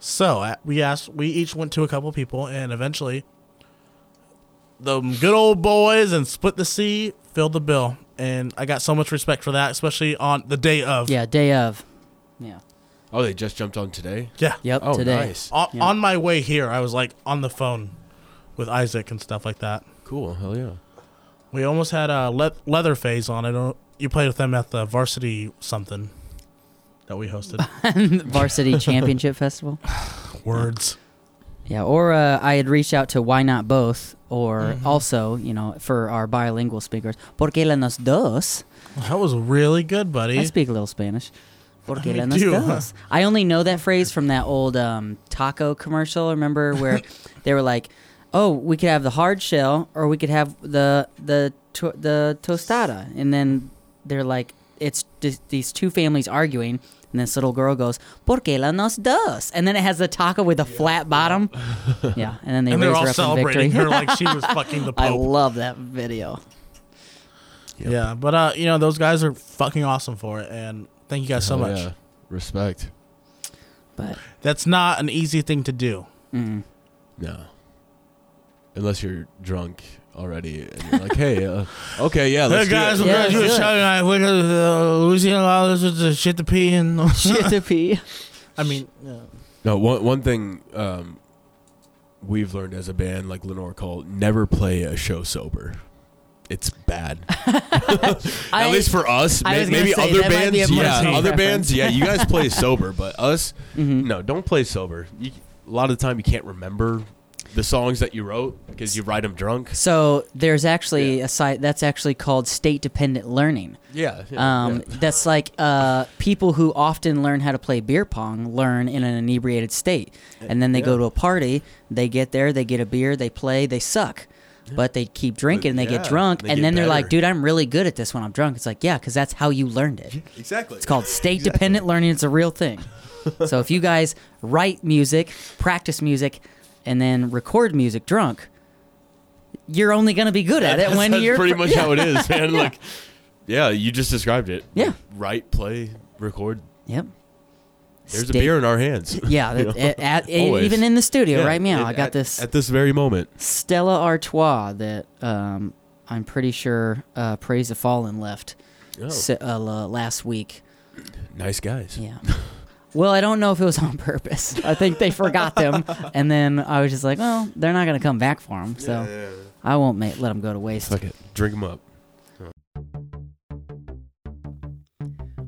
[SPEAKER 3] So uh, we asked. We each went to a couple people, and eventually, the good old boys and split the sea filled the bill. And I got so much respect for that, especially on the day of.
[SPEAKER 4] yeah, day of. Yeah.
[SPEAKER 2] Oh, they just jumped on today.
[SPEAKER 3] yeah.
[SPEAKER 4] Yep.
[SPEAKER 2] Oh,
[SPEAKER 4] today.
[SPEAKER 2] nice.
[SPEAKER 3] On,
[SPEAKER 4] Yeah.
[SPEAKER 3] on my way here, I was like on the phone with Isaac and stuff like that.
[SPEAKER 2] Cool. Hell yeah.
[SPEAKER 3] We almost had a le- leather phase on. I don't. You played with them at the varsity something that we
[SPEAKER 4] (laughs)
[SPEAKER 3] hosted.
[SPEAKER 4] Varsity Championship Festival.
[SPEAKER 3] Words.
[SPEAKER 4] Yeah, or uh, I had reached out to why not both, or also, you know, for our bilingual speakers, porque la nos dos.
[SPEAKER 3] That was really good, buddy.
[SPEAKER 4] I speak a little Spanish. Porque
[SPEAKER 3] Me
[SPEAKER 4] la nos
[SPEAKER 3] too, huh?
[SPEAKER 4] dos. I only know that phrase from that old um, taco commercial.
[SPEAKER 3] (laughs)
[SPEAKER 4] Remember where they were like, "Oh, we could have the hard shell, or we could have the the to- the tostada," and then they're like, it's just these two families arguing, and this little girl goes, "Por qué la nos dos?" And then it has the taco with the
[SPEAKER 3] (laughs)
[SPEAKER 4] flat bottom. yeah, and then they
[SPEAKER 3] and they're
[SPEAKER 4] raise
[SPEAKER 3] all
[SPEAKER 4] her up in
[SPEAKER 3] celebrating
[SPEAKER 4] victory.
[SPEAKER 3] her like she was fucking the
[SPEAKER 4] (laughs) I
[SPEAKER 3] pope.
[SPEAKER 4] love that video.
[SPEAKER 3] Yeah, but uh, you know those guys are fucking awesome for it, and thank you guys so
[SPEAKER 2] Oh,
[SPEAKER 3] much.
[SPEAKER 2] yeah. Respect.
[SPEAKER 4] But
[SPEAKER 3] That's not an easy thing to do. (laughs)
[SPEAKER 4] mm,
[SPEAKER 2] No. Unless you're drunk already and you're like, hey, uh, okay, yeah,
[SPEAKER 3] (laughs)
[SPEAKER 2] let's
[SPEAKER 3] hey guys,
[SPEAKER 2] do
[SPEAKER 3] we're
[SPEAKER 2] it.
[SPEAKER 4] Yeah,
[SPEAKER 3] gonna do a
[SPEAKER 4] let's do
[SPEAKER 3] show
[SPEAKER 4] it.
[SPEAKER 3] tonight. We're gonna uh, Louisiana law. This is the shit to pee and
[SPEAKER 4] shit to pee.
[SPEAKER 3] (laughs) I mean, uh, yeah.
[SPEAKER 2] No, one one thing um, we've learned as a band, like Lenore Cole, never play a show sober. It's bad. At
[SPEAKER 4] (laughs) I-
[SPEAKER 2] least for us,
[SPEAKER 4] I
[SPEAKER 2] may-
[SPEAKER 4] was gonna
[SPEAKER 2] maybe
[SPEAKER 4] say,
[SPEAKER 2] other
[SPEAKER 4] that might be a
[SPEAKER 2] bands, yeah,
[SPEAKER 4] personal
[SPEAKER 2] other
[SPEAKER 4] preference.
[SPEAKER 2] bands, yeah. You guys
[SPEAKER 4] (laughs)
[SPEAKER 2] play sober, but us,
[SPEAKER 4] Mhm.
[SPEAKER 2] no, don't play sober. You, a lot of the time, you can't remember the songs that you wrote because you write them drunk.
[SPEAKER 4] So there's actually
[SPEAKER 2] Yeah.
[SPEAKER 4] a site that's actually called state dependent learning.
[SPEAKER 2] Yeah, yeah,
[SPEAKER 4] Um,
[SPEAKER 2] yeah.
[SPEAKER 4] That's like uh, people who often learn how to play beer pong learn in an inebriated state, and then they go
[SPEAKER 2] Yeah.
[SPEAKER 4] to a party. They get there, they get a beer, they play, they suck, but they keep drinking, they get
[SPEAKER 2] yeah,
[SPEAKER 4] drunk,
[SPEAKER 2] they
[SPEAKER 4] and
[SPEAKER 2] get
[SPEAKER 4] then they're like,
[SPEAKER 2] better.
[SPEAKER 4] "Dude, I'm really good at this when I'm drunk." It's like, yeah, because that's how you learned it.
[SPEAKER 2] (laughs) exactly.
[SPEAKER 4] It's called state dependent learning. It's a
[SPEAKER 2] (laughs)
[SPEAKER 4] real thing. so if you guys write music, practice music, and then record music drunk, you're only gonna be good at it
[SPEAKER 2] (laughs)
[SPEAKER 4] when
[SPEAKER 2] That's
[SPEAKER 4] you're
[SPEAKER 2] pretty
[SPEAKER 4] fr-
[SPEAKER 2] much
[SPEAKER 4] (laughs) yeah.
[SPEAKER 2] how it is, man. Like, yeah, you just described it.
[SPEAKER 4] Yeah.
[SPEAKER 2] Like, write, play, record.
[SPEAKER 4] Yep.
[SPEAKER 2] There's
[SPEAKER 4] State-
[SPEAKER 2] a beer in our hands. (laughs)
[SPEAKER 4] Yeah,
[SPEAKER 2] You
[SPEAKER 4] that-
[SPEAKER 2] know?
[SPEAKER 4] a- at- e-
[SPEAKER 2] Always.
[SPEAKER 4] even in the
[SPEAKER 2] (laughs)
[SPEAKER 4] studio
[SPEAKER 2] Yeah,
[SPEAKER 4] right now,
[SPEAKER 2] and
[SPEAKER 4] I got
[SPEAKER 2] at-
[SPEAKER 4] this
[SPEAKER 2] at this very moment.
[SPEAKER 4] Stella Artois that um, I'm pretty sure uh, Praise the Fallen left
[SPEAKER 2] Oh,
[SPEAKER 4] si- uh, la-
[SPEAKER 2] (laughs)
[SPEAKER 4] last week.
[SPEAKER 2] nice guys.
[SPEAKER 4] Yeah. Well, I don't know if it was on purpose. I think they
[SPEAKER 2] (laughs)
[SPEAKER 4] forgot them, and then I was just like, "Well, they're not gonna come back for them, so I won't ma- let them go to waste."
[SPEAKER 2] Fuck it. Drink them up.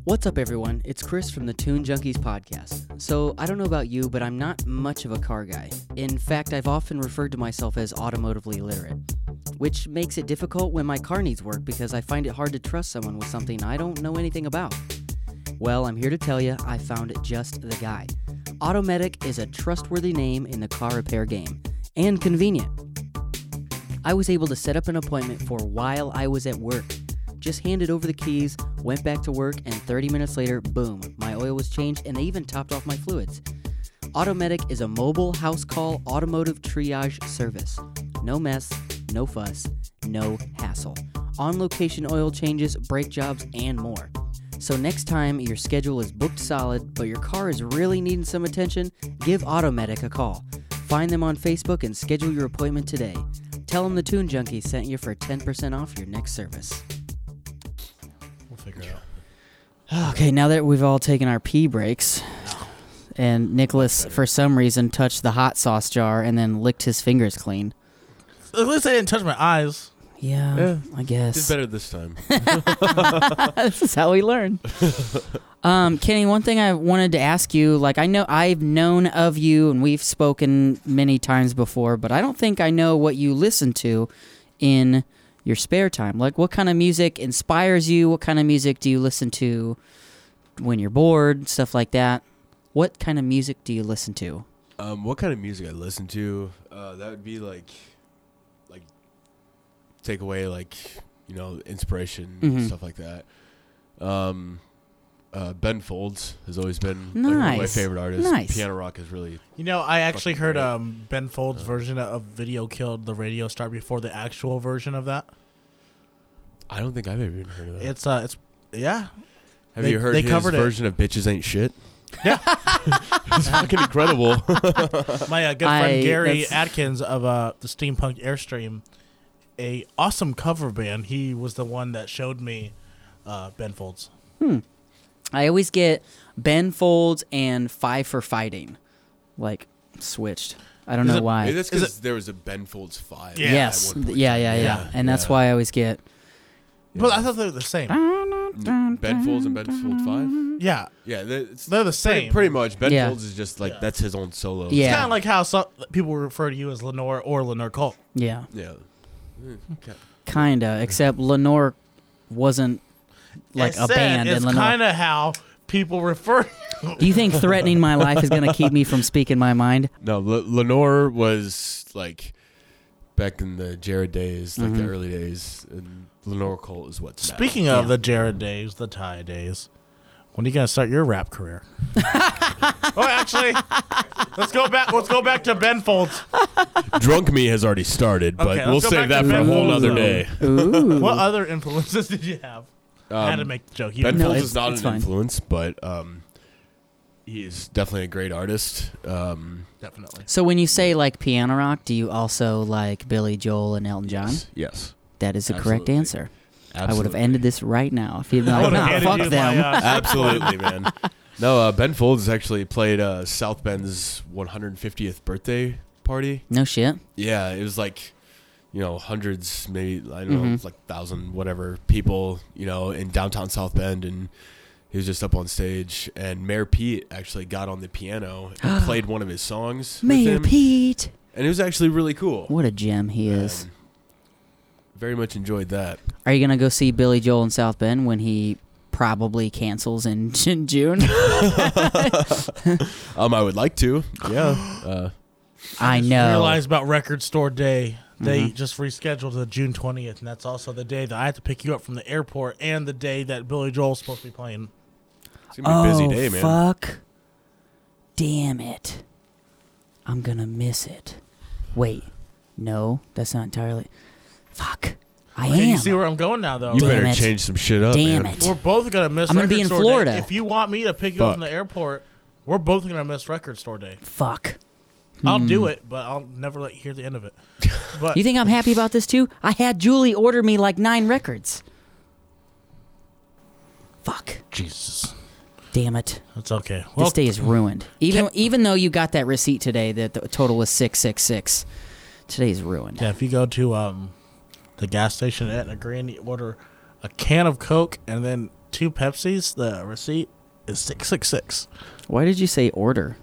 [SPEAKER 4] What's up, everyone? It's Chris from the Tune Junkies podcast. So, I don't know about you, but I'm not much of a car guy. In fact, I've often referred to myself as automotively illiterate, which makes it difficult when my car needs work because I find it hard to trust someone with something I don't know anything about. Well, I'm here to tell you I found just the guy. Automedic is a trustworthy name in the car repair game and convenient. I was able to set up an appointment for while I was at work. Just handed over the keys, went back to work, and 30 minutes later, boom, my oil was changed and they even topped off my fluids. Automedic is a mobile house call automotive triage service. No mess, no fuss, no hassle. On location oil changes, brake jobs, and more. So next time your schedule is booked solid, but your car is really needing some attention, give Automedic a call. Find them on Facebook and schedule your appointment today. Tell them the Tune Junkie sent you for 10% off your next service.
[SPEAKER 3] We'll figure it out.
[SPEAKER 4] Okay, now that we've all taken our pee breaks, and Nicholas, for some reason, touched the hot sauce jar and then licked his fingers clean.
[SPEAKER 3] At least I didn't touch my eyes.
[SPEAKER 4] Yeah,
[SPEAKER 2] Yeah.
[SPEAKER 4] I
[SPEAKER 2] Did
[SPEAKER 4] guess. (laughs)
[SPEAKER 2] better this (laughs) time.
[SPEAKER 4] this is how we learn.
[SPEAKER 2] (laughs)
[SPEAKER 4] um, Kenny, one thing I wanted to ask you, like I know I've known of you and we've spoken many times before, but I don't think I know what you listen to in your spare time. Like what kind of music inspires you? What kind of music do you listen to when you're bored, stuff like that? What kind of music do you listen to?
[SPEAKER 2] Um, what kind of music I listen to? Uh, that would be like, like, take away like, you know, inspiration
[SPEAKER 4] Mhm.
[SPEAKER 2] stuff like that. Um, uh, Ben Folds has always been like, one of my
[SPEAKER 4] Nice.
[SPEAKER 2] favorite artists.
[SPEAKER 4] Nice.
[SPEAKER 2] Piano rock is really
[SPEAKER 3] You know, I actually
[SPEAKER 2] Fucking
[SPEAKER 3] heard
[SPEAKER 2] great.
[SPEAKER 3] um, Ben Folds' version of "Video Killed the Radio Star" before the actual version of that.
[SPEAKER 2] I don't think I've ever even heard of that.
[SPEAKER 3] It's uh, it's
[SPEAKER 2] (laughs)
[SPEAKER 3] yeah,
[SPEAKER 2] Have
[SPEAKER 3] they-
[SPEAKER 2] you heard
[SPEAKER 3] they
[SPEAKER 2] his
[SPEAKER 3] covered it.
[SPEAKER 2] version of "Bitches Ain't (laughs) Shit"? Yeah, it's fucking incredible.
[SPEAKER 3] my uh, good
[SPEAKER 4] I-
[SPEAKER 3] friend Gary
[SPEAKER 4] that's-
[SPEAKER 3] Atkins of uh, the Steampunk Airstream, a awesome cover band. He was the one that showed me uh, Ben Folds.
[SPEAKER 4] I always get Ben Folds and Five for Fighting, like switched. I don't
[SPEAKER 3] Is
[SPEAKER 4] know
[SPEAKER 3] it-
[SPEAKER 4] why.
[SPEAKER 2] Maybe that's
[SPEAKER 3] Is
[SPEAKER 2] because there was a Ben Folds five.
[SPEAKER 3] Yeah.
[SPEAKER 4] yes.
[SPEAKER 2] at one point.
[SPEAKER 4] Yeah, yeah, yeah,
[SPEAKER 3] Yeah,
[SPEAKER 4] And that's
[SPEAKER 2] yeah.
[SPEAKER 4] why I always get.
[SPEAKER 3] But I thought they were the same.
[SPEAKER 2] N- Ben Folds and Ben Folds five.
[SPEAKER 3] Yeah,
[SPEAKER 2] Yeah, that- it's
[SPEAKER 3] they're the
[SPEAKER 2] pretty,
[SPEAKER 3] same.
[SPEAKER 2] pretty much. Ben
[SPEAKER 4] Yeah.
[SPEAKER 2] Folds is just like
[SPEAKER 3] Yeah.
[SPEAKER 2] that's his own solo.
[SPEAKER 4] Yeah.
[SPEAKER 3] It's kind of like how some people refer to you as Lenore or Lenore Cole.
[SPEAKER 4] Yeah,
[SPEAKER 2] yeah. Mm, Okay.
[SPEAKER 4] kinda. Except Lenore wasn't like
[SPEAKER 3] It
[SPEAKER 4] a
[SPEAKER 3] said
[SPEAKER 4] band,
[SPEAKER 3] It's
[SPEAKER 4] and Lenore.
[SPEAKER 3] kind of how people refer.
[SPEAKER 4] Do you think threatening my life is gonna keep me from speaking my mind?
[SPEAKER 2] No, Le- Lenore was like back in the Jared days, like the
[SPEAKER 4] Mhm.
[SPEAKER 2] early days, and Lenore Colt is what's now.
[SPEAKER 3] Speaking of the Jared days, the Ty days, when are you gonna start your rap career? (laughs) oh, actually, let's go back. Let's go back to Ben Folds.
[SPEAKER 2] Drunk Me has already started, but
[SPEAKER 3] let's
[SPEAKER 2] we'll
[SPEAKER 3] go
[SPEAKER 2] save
[SPEAKER 3] back
[SPEAKER 2] that
[SPEAKER 3] to
[SPEAKER 2] for a
[SPEAKER 3] Ben
[SPEAKER 2] whole
[SPEAKER 3] Folds,
[SPEAKER 2] other
[SPEAKER 3] though.
[SPEAKER 2] day.
[SPEAKER 4] Ooh.
[SPEAKER 3] What other influences (laughs) did you have? I had to make the joke. You
[SPEAKER 2] Ben
[SPEAKER 4] No,
[SPEAKER 2] Folds
[SPEAKER 4] it's-
[SPEAKER 2] is not an
[SPEAKER 4] it's fine.
[SPEAKER 2] influence, but um, he is definitely a great artist. Um,
[SPEAKER 3] definitely.
[SPEAKER 4] So when you say like piano rock, do you also like Billy Joel and Elton John?
[SPEAKER 2] yes, yes,
[SPEAKER 4] That is the correct
[SPEAKER 2] Absolutely.
[SPEAKER 4] answer. I would have
[SPEAKER 2] absolutely.
[SPEAKER 4] ended this right now
[SPEAKER 3] (laughs)
[SPEAKER 4] if you'd been
[SPEAKER 3] I
[SPEAKER 4] like,
[SPEAKER 3] would've
[SPEAKER 4] nah,
[SPEAKER 3] handed
[SPEAKER 4] fuck
[SPEAKER 3] you my,
[SPEAKER 4] them.
[SPEAKER 3] (laughs) uh,
[SPEAKER 4] (laughs)
[SPEAKER 2] Absolutely, man. No, uh, Ben Folds actually played uh, South Bend's 150th birthday party.
[SPEAKER 4] no shit.
[SPEAKER 2] Yeah, it was like, you know, hundreds, maybe I don't know,
[SPEAKER 4] Mhm.
[SPEAKER 2] like thousand, whatever people, you know, in downtown South Bend, and he was just up on stage, and Mayor Pete actually got on the piano
[SPEAKER 4] (gasps)
[SPEAKER 2] and played one of his songs. with
[SPEAKER 4] Mayor
[SPEAKER 2] him,
[SPEAKER 4] Pete.
[SPEAKER 2] and it was actually really cool.
[SPEAKER 4] What a gem he is.
[SPEAKER 2] And very much enjoyed that.
[SPEAKER 4] Are you gonna go see Billy Joel in South Bend when he probably cancels in, (laughs) in June?
[SPEAKER 2] Um, I would like
[SPEAKER 4] (gasps)
[SPEAKER 2] to. Yeah. Uh,
[SPEAKER 4] I
[SPEAKER 3] Just
[SPEAKER 4] know.
[SPEAKER 3] Realized about Record Store Day. They just rescheduled to June twentieth, and that's also the day that I had to pick you up from the airport, and the day that Billy Joel's supposed to be playing.
[SPEAKER 2] it's gonna
[SPEAKER 4] oh
[SPEAKER 2] be a busy day, man.
[SPEAKER 4] fuck! Damn it! I'm gonna miss it. Wait, no, that's not entirely. Fuck! I
[SPEAKER 3] Okay, you
[SPEAKER 4] am.
[SPEAKER 3] see where I'm going now, though.
[SPEAKER 2] You
[SPEAKER 4] Damn
[SPEAKER 2] better
[SPEAKER 4] it.
[SPEAKER 2] change some shit up,
[SPEAKER 4] Damn
[SPEAKER 2] man.
[SPEAKER 4] it!
[SPEAKER 3] We're both gonna miss.
[SPEAKER 4] I'm gonna be
[SPEAKER 3] Record
[SPEAKER 4] in
[SPEAKER 3] Store Day.
[SPEAKER 4] Florida.
[SPEAKER 3] If you want me to pick you up from
[SPEAKER 2] Fuck.
[SPEAKER 3] the airport, we're both gonna miss Record Store Day.
[SPEAKER 4] Fuck!
[SPEAKER 3] I'll do it, but I'll never let you hear the end of
[SPEAKER 4] (laughs)
[SPEAKER 3] it. But
[SPEAKER 4] Hmm. You think I'm happy about this too? I had Julie order me like nine records. Fuck!
[SPEAKER 3] Jesus,
[SPEAKER 4] Damn it!
[SPEAKER 3] that's okay.
[SPEAKER 4] This
[SPEAKER 3] Well,
[SPEAKER 4] day is ruined. Even even though you got that receipt today, that the total was six six six. Today's ruined.
[SPEAKER 3] yeah, if you go to um, the gas station at a grand, you order a can of Coke and then two Pepsis. The receipt is six six six.
[SPEAKER 4] Why did you say order?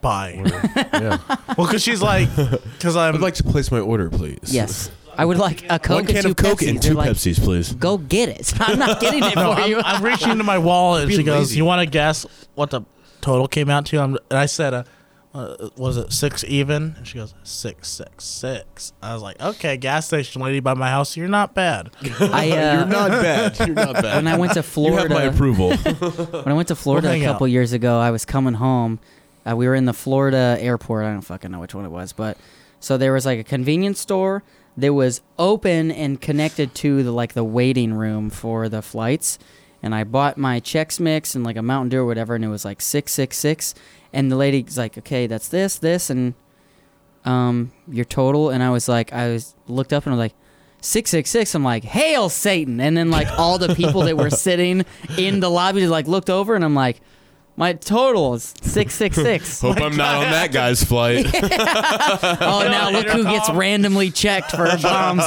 [SPEAKER 3] Bye.
[SPEAKER 2] yeah.
[SPEAKER 3] (laughs) well, because she's like, because I'm
[SPEAKER 2] I'd like to place my order, please.
[SPEAKER 4] Yes, I would like a
[SPEAKER 2] One
[SPEAKER 4] Coke
[SPEAKER 2] can
[SPEAKER 4] and two
[SPEAKER 2] of Coke
[SPEAKER 4] Pepsis.
[SPEAKER 2] and
[SPEAKER 4] They're
[SPEAKER 2] two
[SPEAKER 4] like,
[SPEAKER 2] Pepsis, please.
[SPEAKER 4] Go get it. (laughs) I'm not
[SPEAKER 2] (laughs)
[SPEAKER 4] getting it
[SPEAKER 3] No,
[SPEAKER 4] for
[SPEAKER 3] I'm,
[SPEAKER 4] you.
[SPEAKER 3] (laughs) I'm reaching into my wallet and
[SPEAKER 2] Be
[SPEAKER 3] she goes,
[SPEAKER 2] lazy.
[SPEAKER 3] "You want to guess what the total came out to?" I'm, and I said, uh, uh, "Was it six even?" And she goes, six, six, six. I was like, "Okay, gas station lady by my house, you're not bad."
[SPEAKER 4] I,
[SPEAKER 2] You're (laughs)
[SPEAKER 4] uh,
[SPEAKER 2] not bad. You're not bad.
[SPEAKER 4] when I went to
[SPEAKER 2] you have my
[SPEAKER 4] Florida, (laughs) Oh
[SPEAKER 2] approval.
[SPEAKER 4] when I went to Florida
[SPEAKER 3] We'll
[SPEAKER 4] a
[SPEAKER 3] hang
[SPEAKER 4] couple years ago, I was coming home. Uh, we were in the Florida airport. I don't fucking know which one it was, but so there was like a convenience store that was open and connected to the like the waiting room for the flights. And I bought my Chex Mix and like a Mountain Dew or whatever, and it was like six six six. And the lady's like, "Okay, that's this, this, and um, your total." And I was like, I was looked up and I was like. 666 i'm like hail satan and then like all the people that
[SPEAKER 2] (laughs)
[SPEAKER 4] were sitting in the lobby just like looked over and i'm like my total is
[SPEAKER 2] (laughs)
[SPEAKER 4] 666
[SPEAKER 2] Hope I'm not on that guy's
[SPEAKER 4] (laughs)
[SPEAKER 2] flight.
[SPEAKER 4] oh now look who gets randomly checked for bombs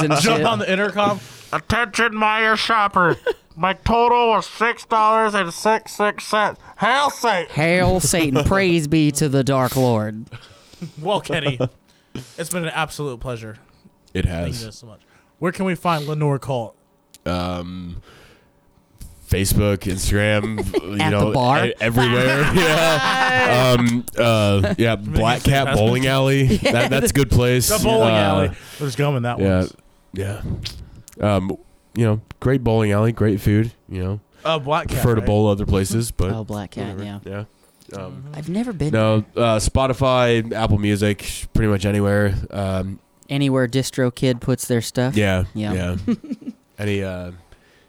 [SPEAKER 2] (laughs)
[SPEAKER 4] and
[SPEAKER 3] (laughs) Jump
[SPEAKER 4] shit
[SPEAKER 3] on the intercom.
[SPEAKER 5] Attention, Meyer shopper. My total was six dollars and six six cents. Hell sake!
[SPEAKER 2] (laughs)
[SPEAKER 4] hail satan praise be to the dark lord
[SPEAKER 3] Well, (laughs) Kenny, it's been an absolute pleasure.
[SPEAKER 2] it
[SPEAKER 3] Thank you
[SPEAKER 2] has.
[SPEAKER 3] so much. Where can we find Lenore Colt?
[SPEAKER 2] Um, Facebook,
[SPEAKER 4] (laughs)
[SPEAKER 2] Instagram, you
[SPEAKER 4] At
[SPEAKER 2] know,
[SPEAKER 4] the bar?
[SPEAKER 2] e-
[SPEAKER 4] (laughs)
[SPEAKER 2] everywhere. yeah. Um, uh, yeah. Black Cat Bowling
[SPEAKER 4] (laughs)
[SPEAKER 2] Alley. That, that's a good place.
[SPEAKER 3] The bowling
[SPEAKER 2] Uh,
[SPEAKER 3] alley. There's gum in that
[SPEAKER 2] Yeah.
[SPEAKER 3] one.
[SPEAKER 2] Yeah. Um, you know, great bowling alley, great food. You know,
[SPEAKER 3] Uh, black cat.
[SPEAKER 2] prefer to
[SPEAKER 3] right?
[SPEAKER 2] bowl other places, but
[SPEAKER 4] oh black cat yeah
[SPEAKER 2] whatever. Yeah. Um,
[SPEAKER 4] i've never been
[SPEAKER 2] No, uh, Spotify, Apple Music, pretty much anywhere. Um,
[SPEAKER 4] anywhere distro kid puts their stuff
[SPEAKER 2] yeah,
[SPEAKER 4] Yeah.
[SPEAKER 2] yeah.
[SPEAKER 4] (laughs)
[SPEAKER 2] Any uh,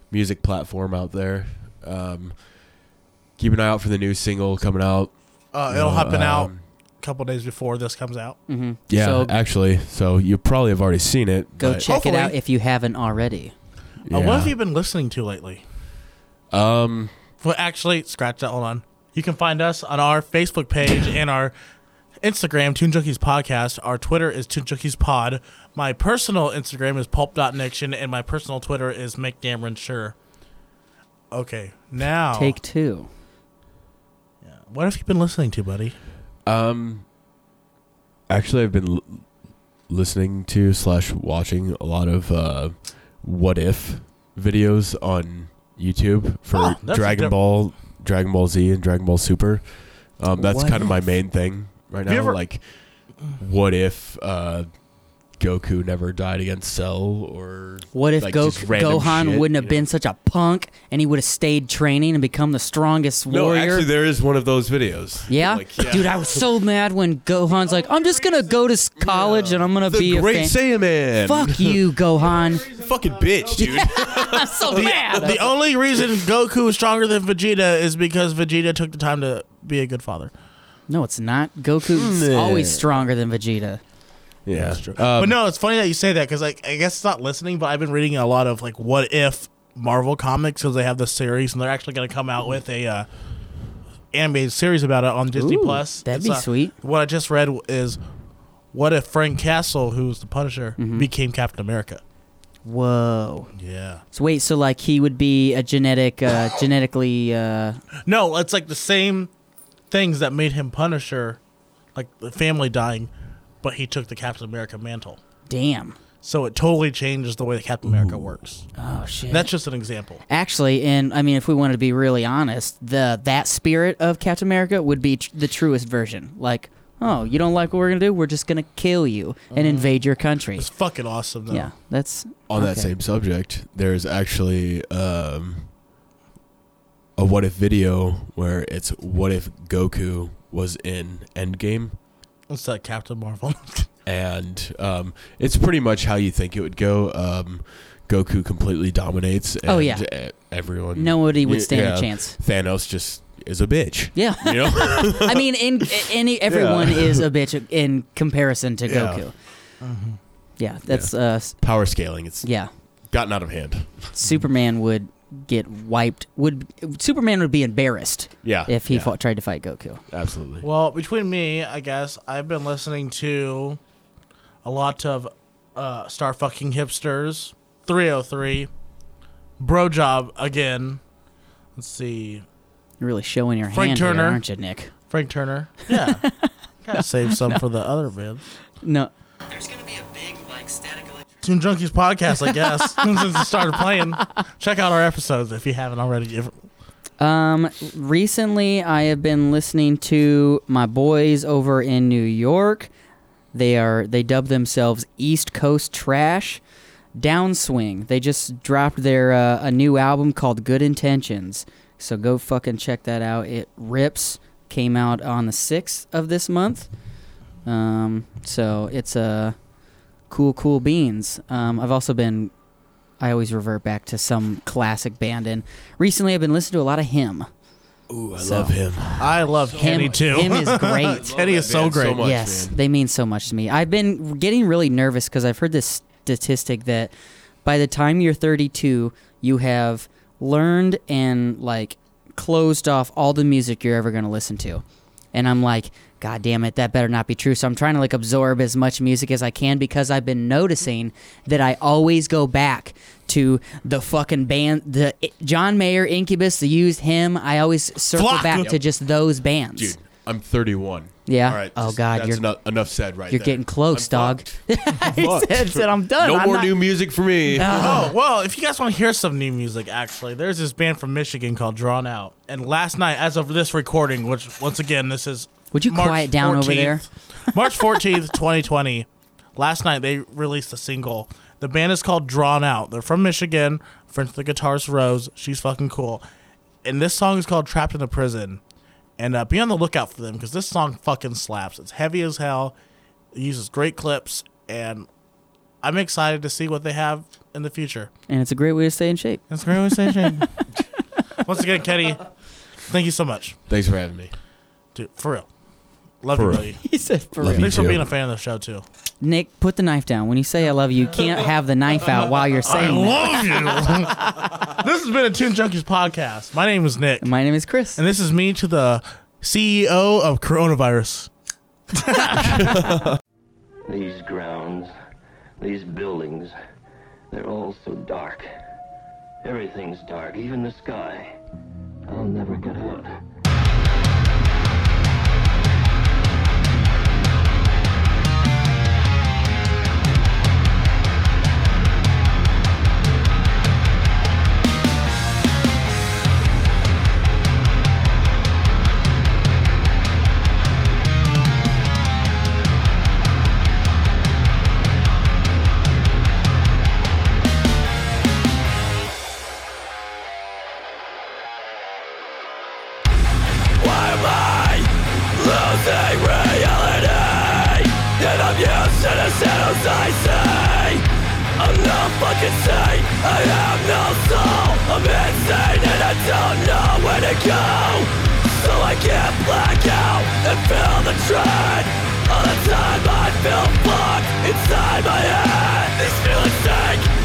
[SPEAKER 2] music platform out there. Um, keep an eye out for the new single coming out.
[SPEAKER 3] Uh, it'll happen
[SPEAKER 2] Um,
[SPEAKER 3] out a couple days before this comes out.
[SPEAKER 4] mm-hmm.
[SPEAKER 2] Yeah,
[SPEAKER 4] so
[SPEAKER 2] actually. So you probably have already seen it.
[SPEAKER 4] go
[SPEAKER 2] but,
[SPEAKER 4] check
[SPEAKER 3] Hopefully.
[SPEAKER 4] it out if you haven't already
[SPEAKER 3] Uh, what have
[SPEAKER 2] yeah.
[SPEAKER 3] you been listening to lately?
[SPEAKER 2] Um,
[SPEAKER 3] Well, actually, scratch that. Hold on. You can find us on our Facebook page and our Instagram, Toon Junkies Podcast. Our Twitter is Toon Junkies Pod. My personal Instagram is Pulp.Niction, and my personal Twitter is McDameron Sure. Okay, now.
[SPEAKER 2] Oh.
[SPEAKER 4] take two
[SPEAKER 3] what have you been listening to, buddy?
[SPEAKER 2] um, actually, I've been l- listening to slash watching a lot of uh, what if videos on YouTube for
[SPEAKER 3] Oh, that's
[SPEAKER 2] Dragon
[SPEAKER 3] diff-
[SPEAKER 2] Ball, Dragon Ball Z, and Dragon Ball Super. Um, that's
[SPEAKER 4] What
[SPEAKER 2] kind of my
[SPEAKER 4] if?
[SPEAKER 2] main thing right
[SPEAKER 3] Have you
[SPEAKER 2] now.
[SPEAKER 3] ever-
[SPEAKER 2] like, what if uh, Goku never died against Cell or
[SPEAKER 4] What if
[SPEAKER 2] like,
[SPEAKER 4] Go-
[SPEAKER 2] just random
[SPEAKER 4] Gohan
[SPEAKER 2] shit,
[SPEAKER 4] wouldn't have
[SPEAKER 2] you know?
[SPEAKER 4] been such a punk and he would have stayed training and become the strongest warrior?
[SPEAKER 2] No, actually, there is one of those videos.
[SPEAKER 4] yeah?
[SPEAKER 2] Like, yeah.
[SPEAKER 4] dude, I was so mad when Gohan's like, "I'm just gonna go to s- college and I'm gonna
[SPEAKER 2] the
[SPEAKER 4] be a
[SPEAKER 2] Great
[SPEAKER 4] fan."
[SPEAKER 2] Saiyaman. (laughs)
[SPEAKER 4] Fuck you, Gohan.
[SPEAKER 2] Fucking bitch, dude.
[SPEAKER 4] (laughs) I'm so mad.
[SPEAKER 3] The only reason Goku is stronger than Vegeta is because Vegeta took the time to be a good father.
[SPEAKER 4] no, it's not. Goku's
[SPEAKER 2] Yeah.
[SPEAKER 4] always stronger than Vegeta.
[SPEAKER 2] yeah,
[SPEAKER 3] That's true.
[SPEAKER 2] Um,
[SPEAKER 3] but no, it's funny that you say that because like I guess it's not listening, but I've been reading a lot of like what if Marvel comics because they have the series and they're actually going to come out with a uh, animated series about it on Disney
[SPEAKER 4] Ooh,
[SPEAKER 3] Plus.
[SPEAKER 4] that'd
[SPEAKER 3] It's,
[SPEAKER 4] be
[SPEAKER 3] uh,
[SPEAKER 4] sweet.
[SPEAKER 3] What I just read is what if Frank Castle, who was the Punisher,
[SPEAKER 4] Mm-hmm.
[SPEAKER 3] became Captain America?
[SPEAKER 4] Whoa.
[SPEAKER 3] Yeah.
[SPEAKER 4] So wait, so like he would be a genetic, uh, genetically. Uh,
[SPEAKER 3] No, it's like the same things that made him Punisher, like the family dying, but he took the Captain America mantle.
[SPEAKER 4] damn.
[SPEAKER 3] So it totally changes the way that Captain America works.
[SPEAKER 4] Oh shit.
[SPEAKER 3] That's just an example.
[SPEAKER 4] Actually, and I mean, if we wanted to be really honest, the that spirit of Captain America would be tr- the truest version. Like, oh, you don't like what we're gonna do? We're just gonna kill you and invade your country.
[SPEAKER 3] It's fucking awesome though.
[SPEAKER 4] Yeah, that's
[SPEAKER 2] on that
[SPEAKER 4] okay.
[SPEAKER 2] same subject, there's actually um, a what if video where it's what if Goku was in Endgame,
[SPEAKER 3] It's that Captain Marvel. (laughs)
[SPEAKER 2] and um, it's pretty much how you think it would go. Um, Goku completely dominates. And
[SPEAKER 4] Oh, yeah.
[SPEAKER 2] e- everyone.
[SPEAKER 4] nobody would
[SPEAKER 2] Y-
[SPEAKER 4] stand
[SPEAKER 2] yeah.
[SPEAKER 4] a chance.
[SPEAKER 2] Thanos just is a bitch. (laughs)
[SPEAKER 4] Yeah,
[SPEAKER 2] You
[SPEAKER 4] (laughs)
[SPEAKER 2] know,
[SPEAKER 4] I mean, in any
[SPEAKER 2] (laughs)
[SPEAKER 4] everyone
[SPEAKER 2] Yeah.
[SPEAKER 4] is a bitch in comparison to
[SPEAKER 2] Yeah.
[SPEAKER 4] Goku. Yeah, that's uh, s-
[SPEAKER 2] power scaling. It's
[SPEAKER 4] yeah.
[SPEAKER 2] gotten out of hand.
[SPEAKER 4] Superman would get wiped. Would Superman would be embarrassed
[SPEAKER 2] Yeah,
[SPEAKER 4] if he
[SPEAKER 2] yeah,
[SPEAKER 4] fought, tried to fight Goku?
[SPEAKER 2] Absolutely.
[SPEAKER 3] well, between me, I guess I've been listening to a lot of uh, star fucking hipsters. 303, Bro Job again. Let's see,
[SPEAKER 4] You're really showing your
[SPEAKER 3] Frank
[SPEAKER 4] hand,
[SPEAKER 3] Turner.
[SPEAKER 4] here, aren't you, Nick?
[SPEAKER 3] Frank
[SPEAKER 4] (laughs)
[SPEAKER 3] Turner. Yeah, gotta save some for the other man.
[SPEAKER 4] No,
[SPEAKER 3] Toon Junkies podcast, I
[SPEAKER 4] (laughs)
[SPEAKER 3] guess. Since it started playing, check out our episodes if you haven't already. If-
[SPEAKER 4] Um, recently I have been listening to my boys over in New York. They are they dub themselves East Coast Trash. Downswing. They just dropped their uh, a new album called Good Intentions. So go fucking check that out. It rips. Came out on the sixth of this month. Um, so it's a cool, cool beans. Um, I've also been. I always revert back to some classic band, and recently I've been listening to a lot of him.
[SPEAKER 2] Ooh, I
[SPEAKER 4] So-
[SPEAKER 2] love him.
[SPEAKER 3] I love
[SPEAKER 4] Him,
[SPEAKER 3] Kenny too. (laughs)
[SPEAKER 4] him is great.
[SPEAKER 3] Kenny is so
[SPEAKER 2] Man,
[SPEAKER 3] great.
[SPEAKER 2] much,
[SPEAKER 4] yes,
[SPEAKER 2] man.
[SPEAKER 4] they mean so much to me. I've been getting really nervous because I've heard this statistic that by the time you're 32, you have learned and like closed off all the music you're ever going to listen to. And I'm like, God damn it, that better not be true. So I'm trying to like absorb as much music as I can because I've been noticing that I always go back to the fucking band, the eh, John Mayer, Incubus, the Used, him. I always circle
[SPEAKER 3] Flock.
[SPEAKER 4] back to
[SPEAKER 2] Yep.
[SPEAKER 4] just those bands.
[SPEAKER 2] Dude, I'm 31.
[SPEAKER 4] Yeah?
[SPEAKER 2] All right.
[SPEAKER 4] Oh,
[SPEAKER 2] just-
[SPEAKER 4] God,
[SPEAKER 2] That's
[SPEAKER 4] you're-
[SPEAKER 2] enough, enough said, right?
[SPEAKER 4] You're
[SPEAKER 2] there.
[SPEAKER 4] getting close,
[SPEAKER 2] I'm
[SPEAKER 4] dog.
[SPEAKER 2] fucked.
[SPEAKER 4] (laughs) I
[SPEAKER 2] fucked.
[SPEAKER 4] said, said, I'm done.
[SPEAKER 2] No
[SPEAKER 4] I'm
[SPEAKER 2] more
[SPEAKER 4] not-
[SPEAKER 2] new music for me.
[SPEAKER 3] Oh, well, if you guys want to hear some new music, actually, there's this band from Michigan called Drawn Out. And last night, as of this recording, which, once again, this is.
[SPEAKER 4] Would you quiet down over there?
[SPEAKER 3] March (laughs) 14th, 2020. Last night, they released a single. The band is called Drawn Out. They're from Michigan. French the guitarist Rose. She's fucking cool. And this song is called Trapped in a Prison. And uh, be on the lookout for them because this song fucking slaps. It's heavy as hell. It uses great clips. And I'm excited to see what they have in the future.
[SPEAKER 4] And it's a great way to stay in shape.
[SPEAKER 3] That's great station. (laughs) Once again, Kenny, thank you so much,
[SPEAKER 2] Thanks for having me.
[SPEAKER 3] dude. For real, love
[SPEAKER 2] For
[SPEAKER 3] you,
[SPEAKER 2] real.
[SPEAKER 3] buddy.
[SPEAKER 4] (laughs) He said, for
[SPEAKER 2] Love
[SPEAKER 4] real.
[SPEAKER 2] you.
[SPEAKER 3] Thanks for
[SPEAKER 2] too.
[SPEAKER 3] being a fan of the show too.
[SPEAKER 4] Nick, put the knife down. When you say I love you, you can't have the knife out while you're saying that.
[SPEAKER 3] love you. (laughs) this has been a Tune Junkies podcast. My name is Nick,
[SPEAKER 4] My name is Chris.
[SPEAKER 3] and this is me to the CEO of coronavirus.
[SPEAKER 6] These grounds, these buildings, they're all so dark. Everything's dark, even the sky. I'll never get out.
[SPEAKER 5] can see I have no soul I'm insane and I don't know where to go So I can't black out and feel the tread All the time I feel fucked inside my head These feelings take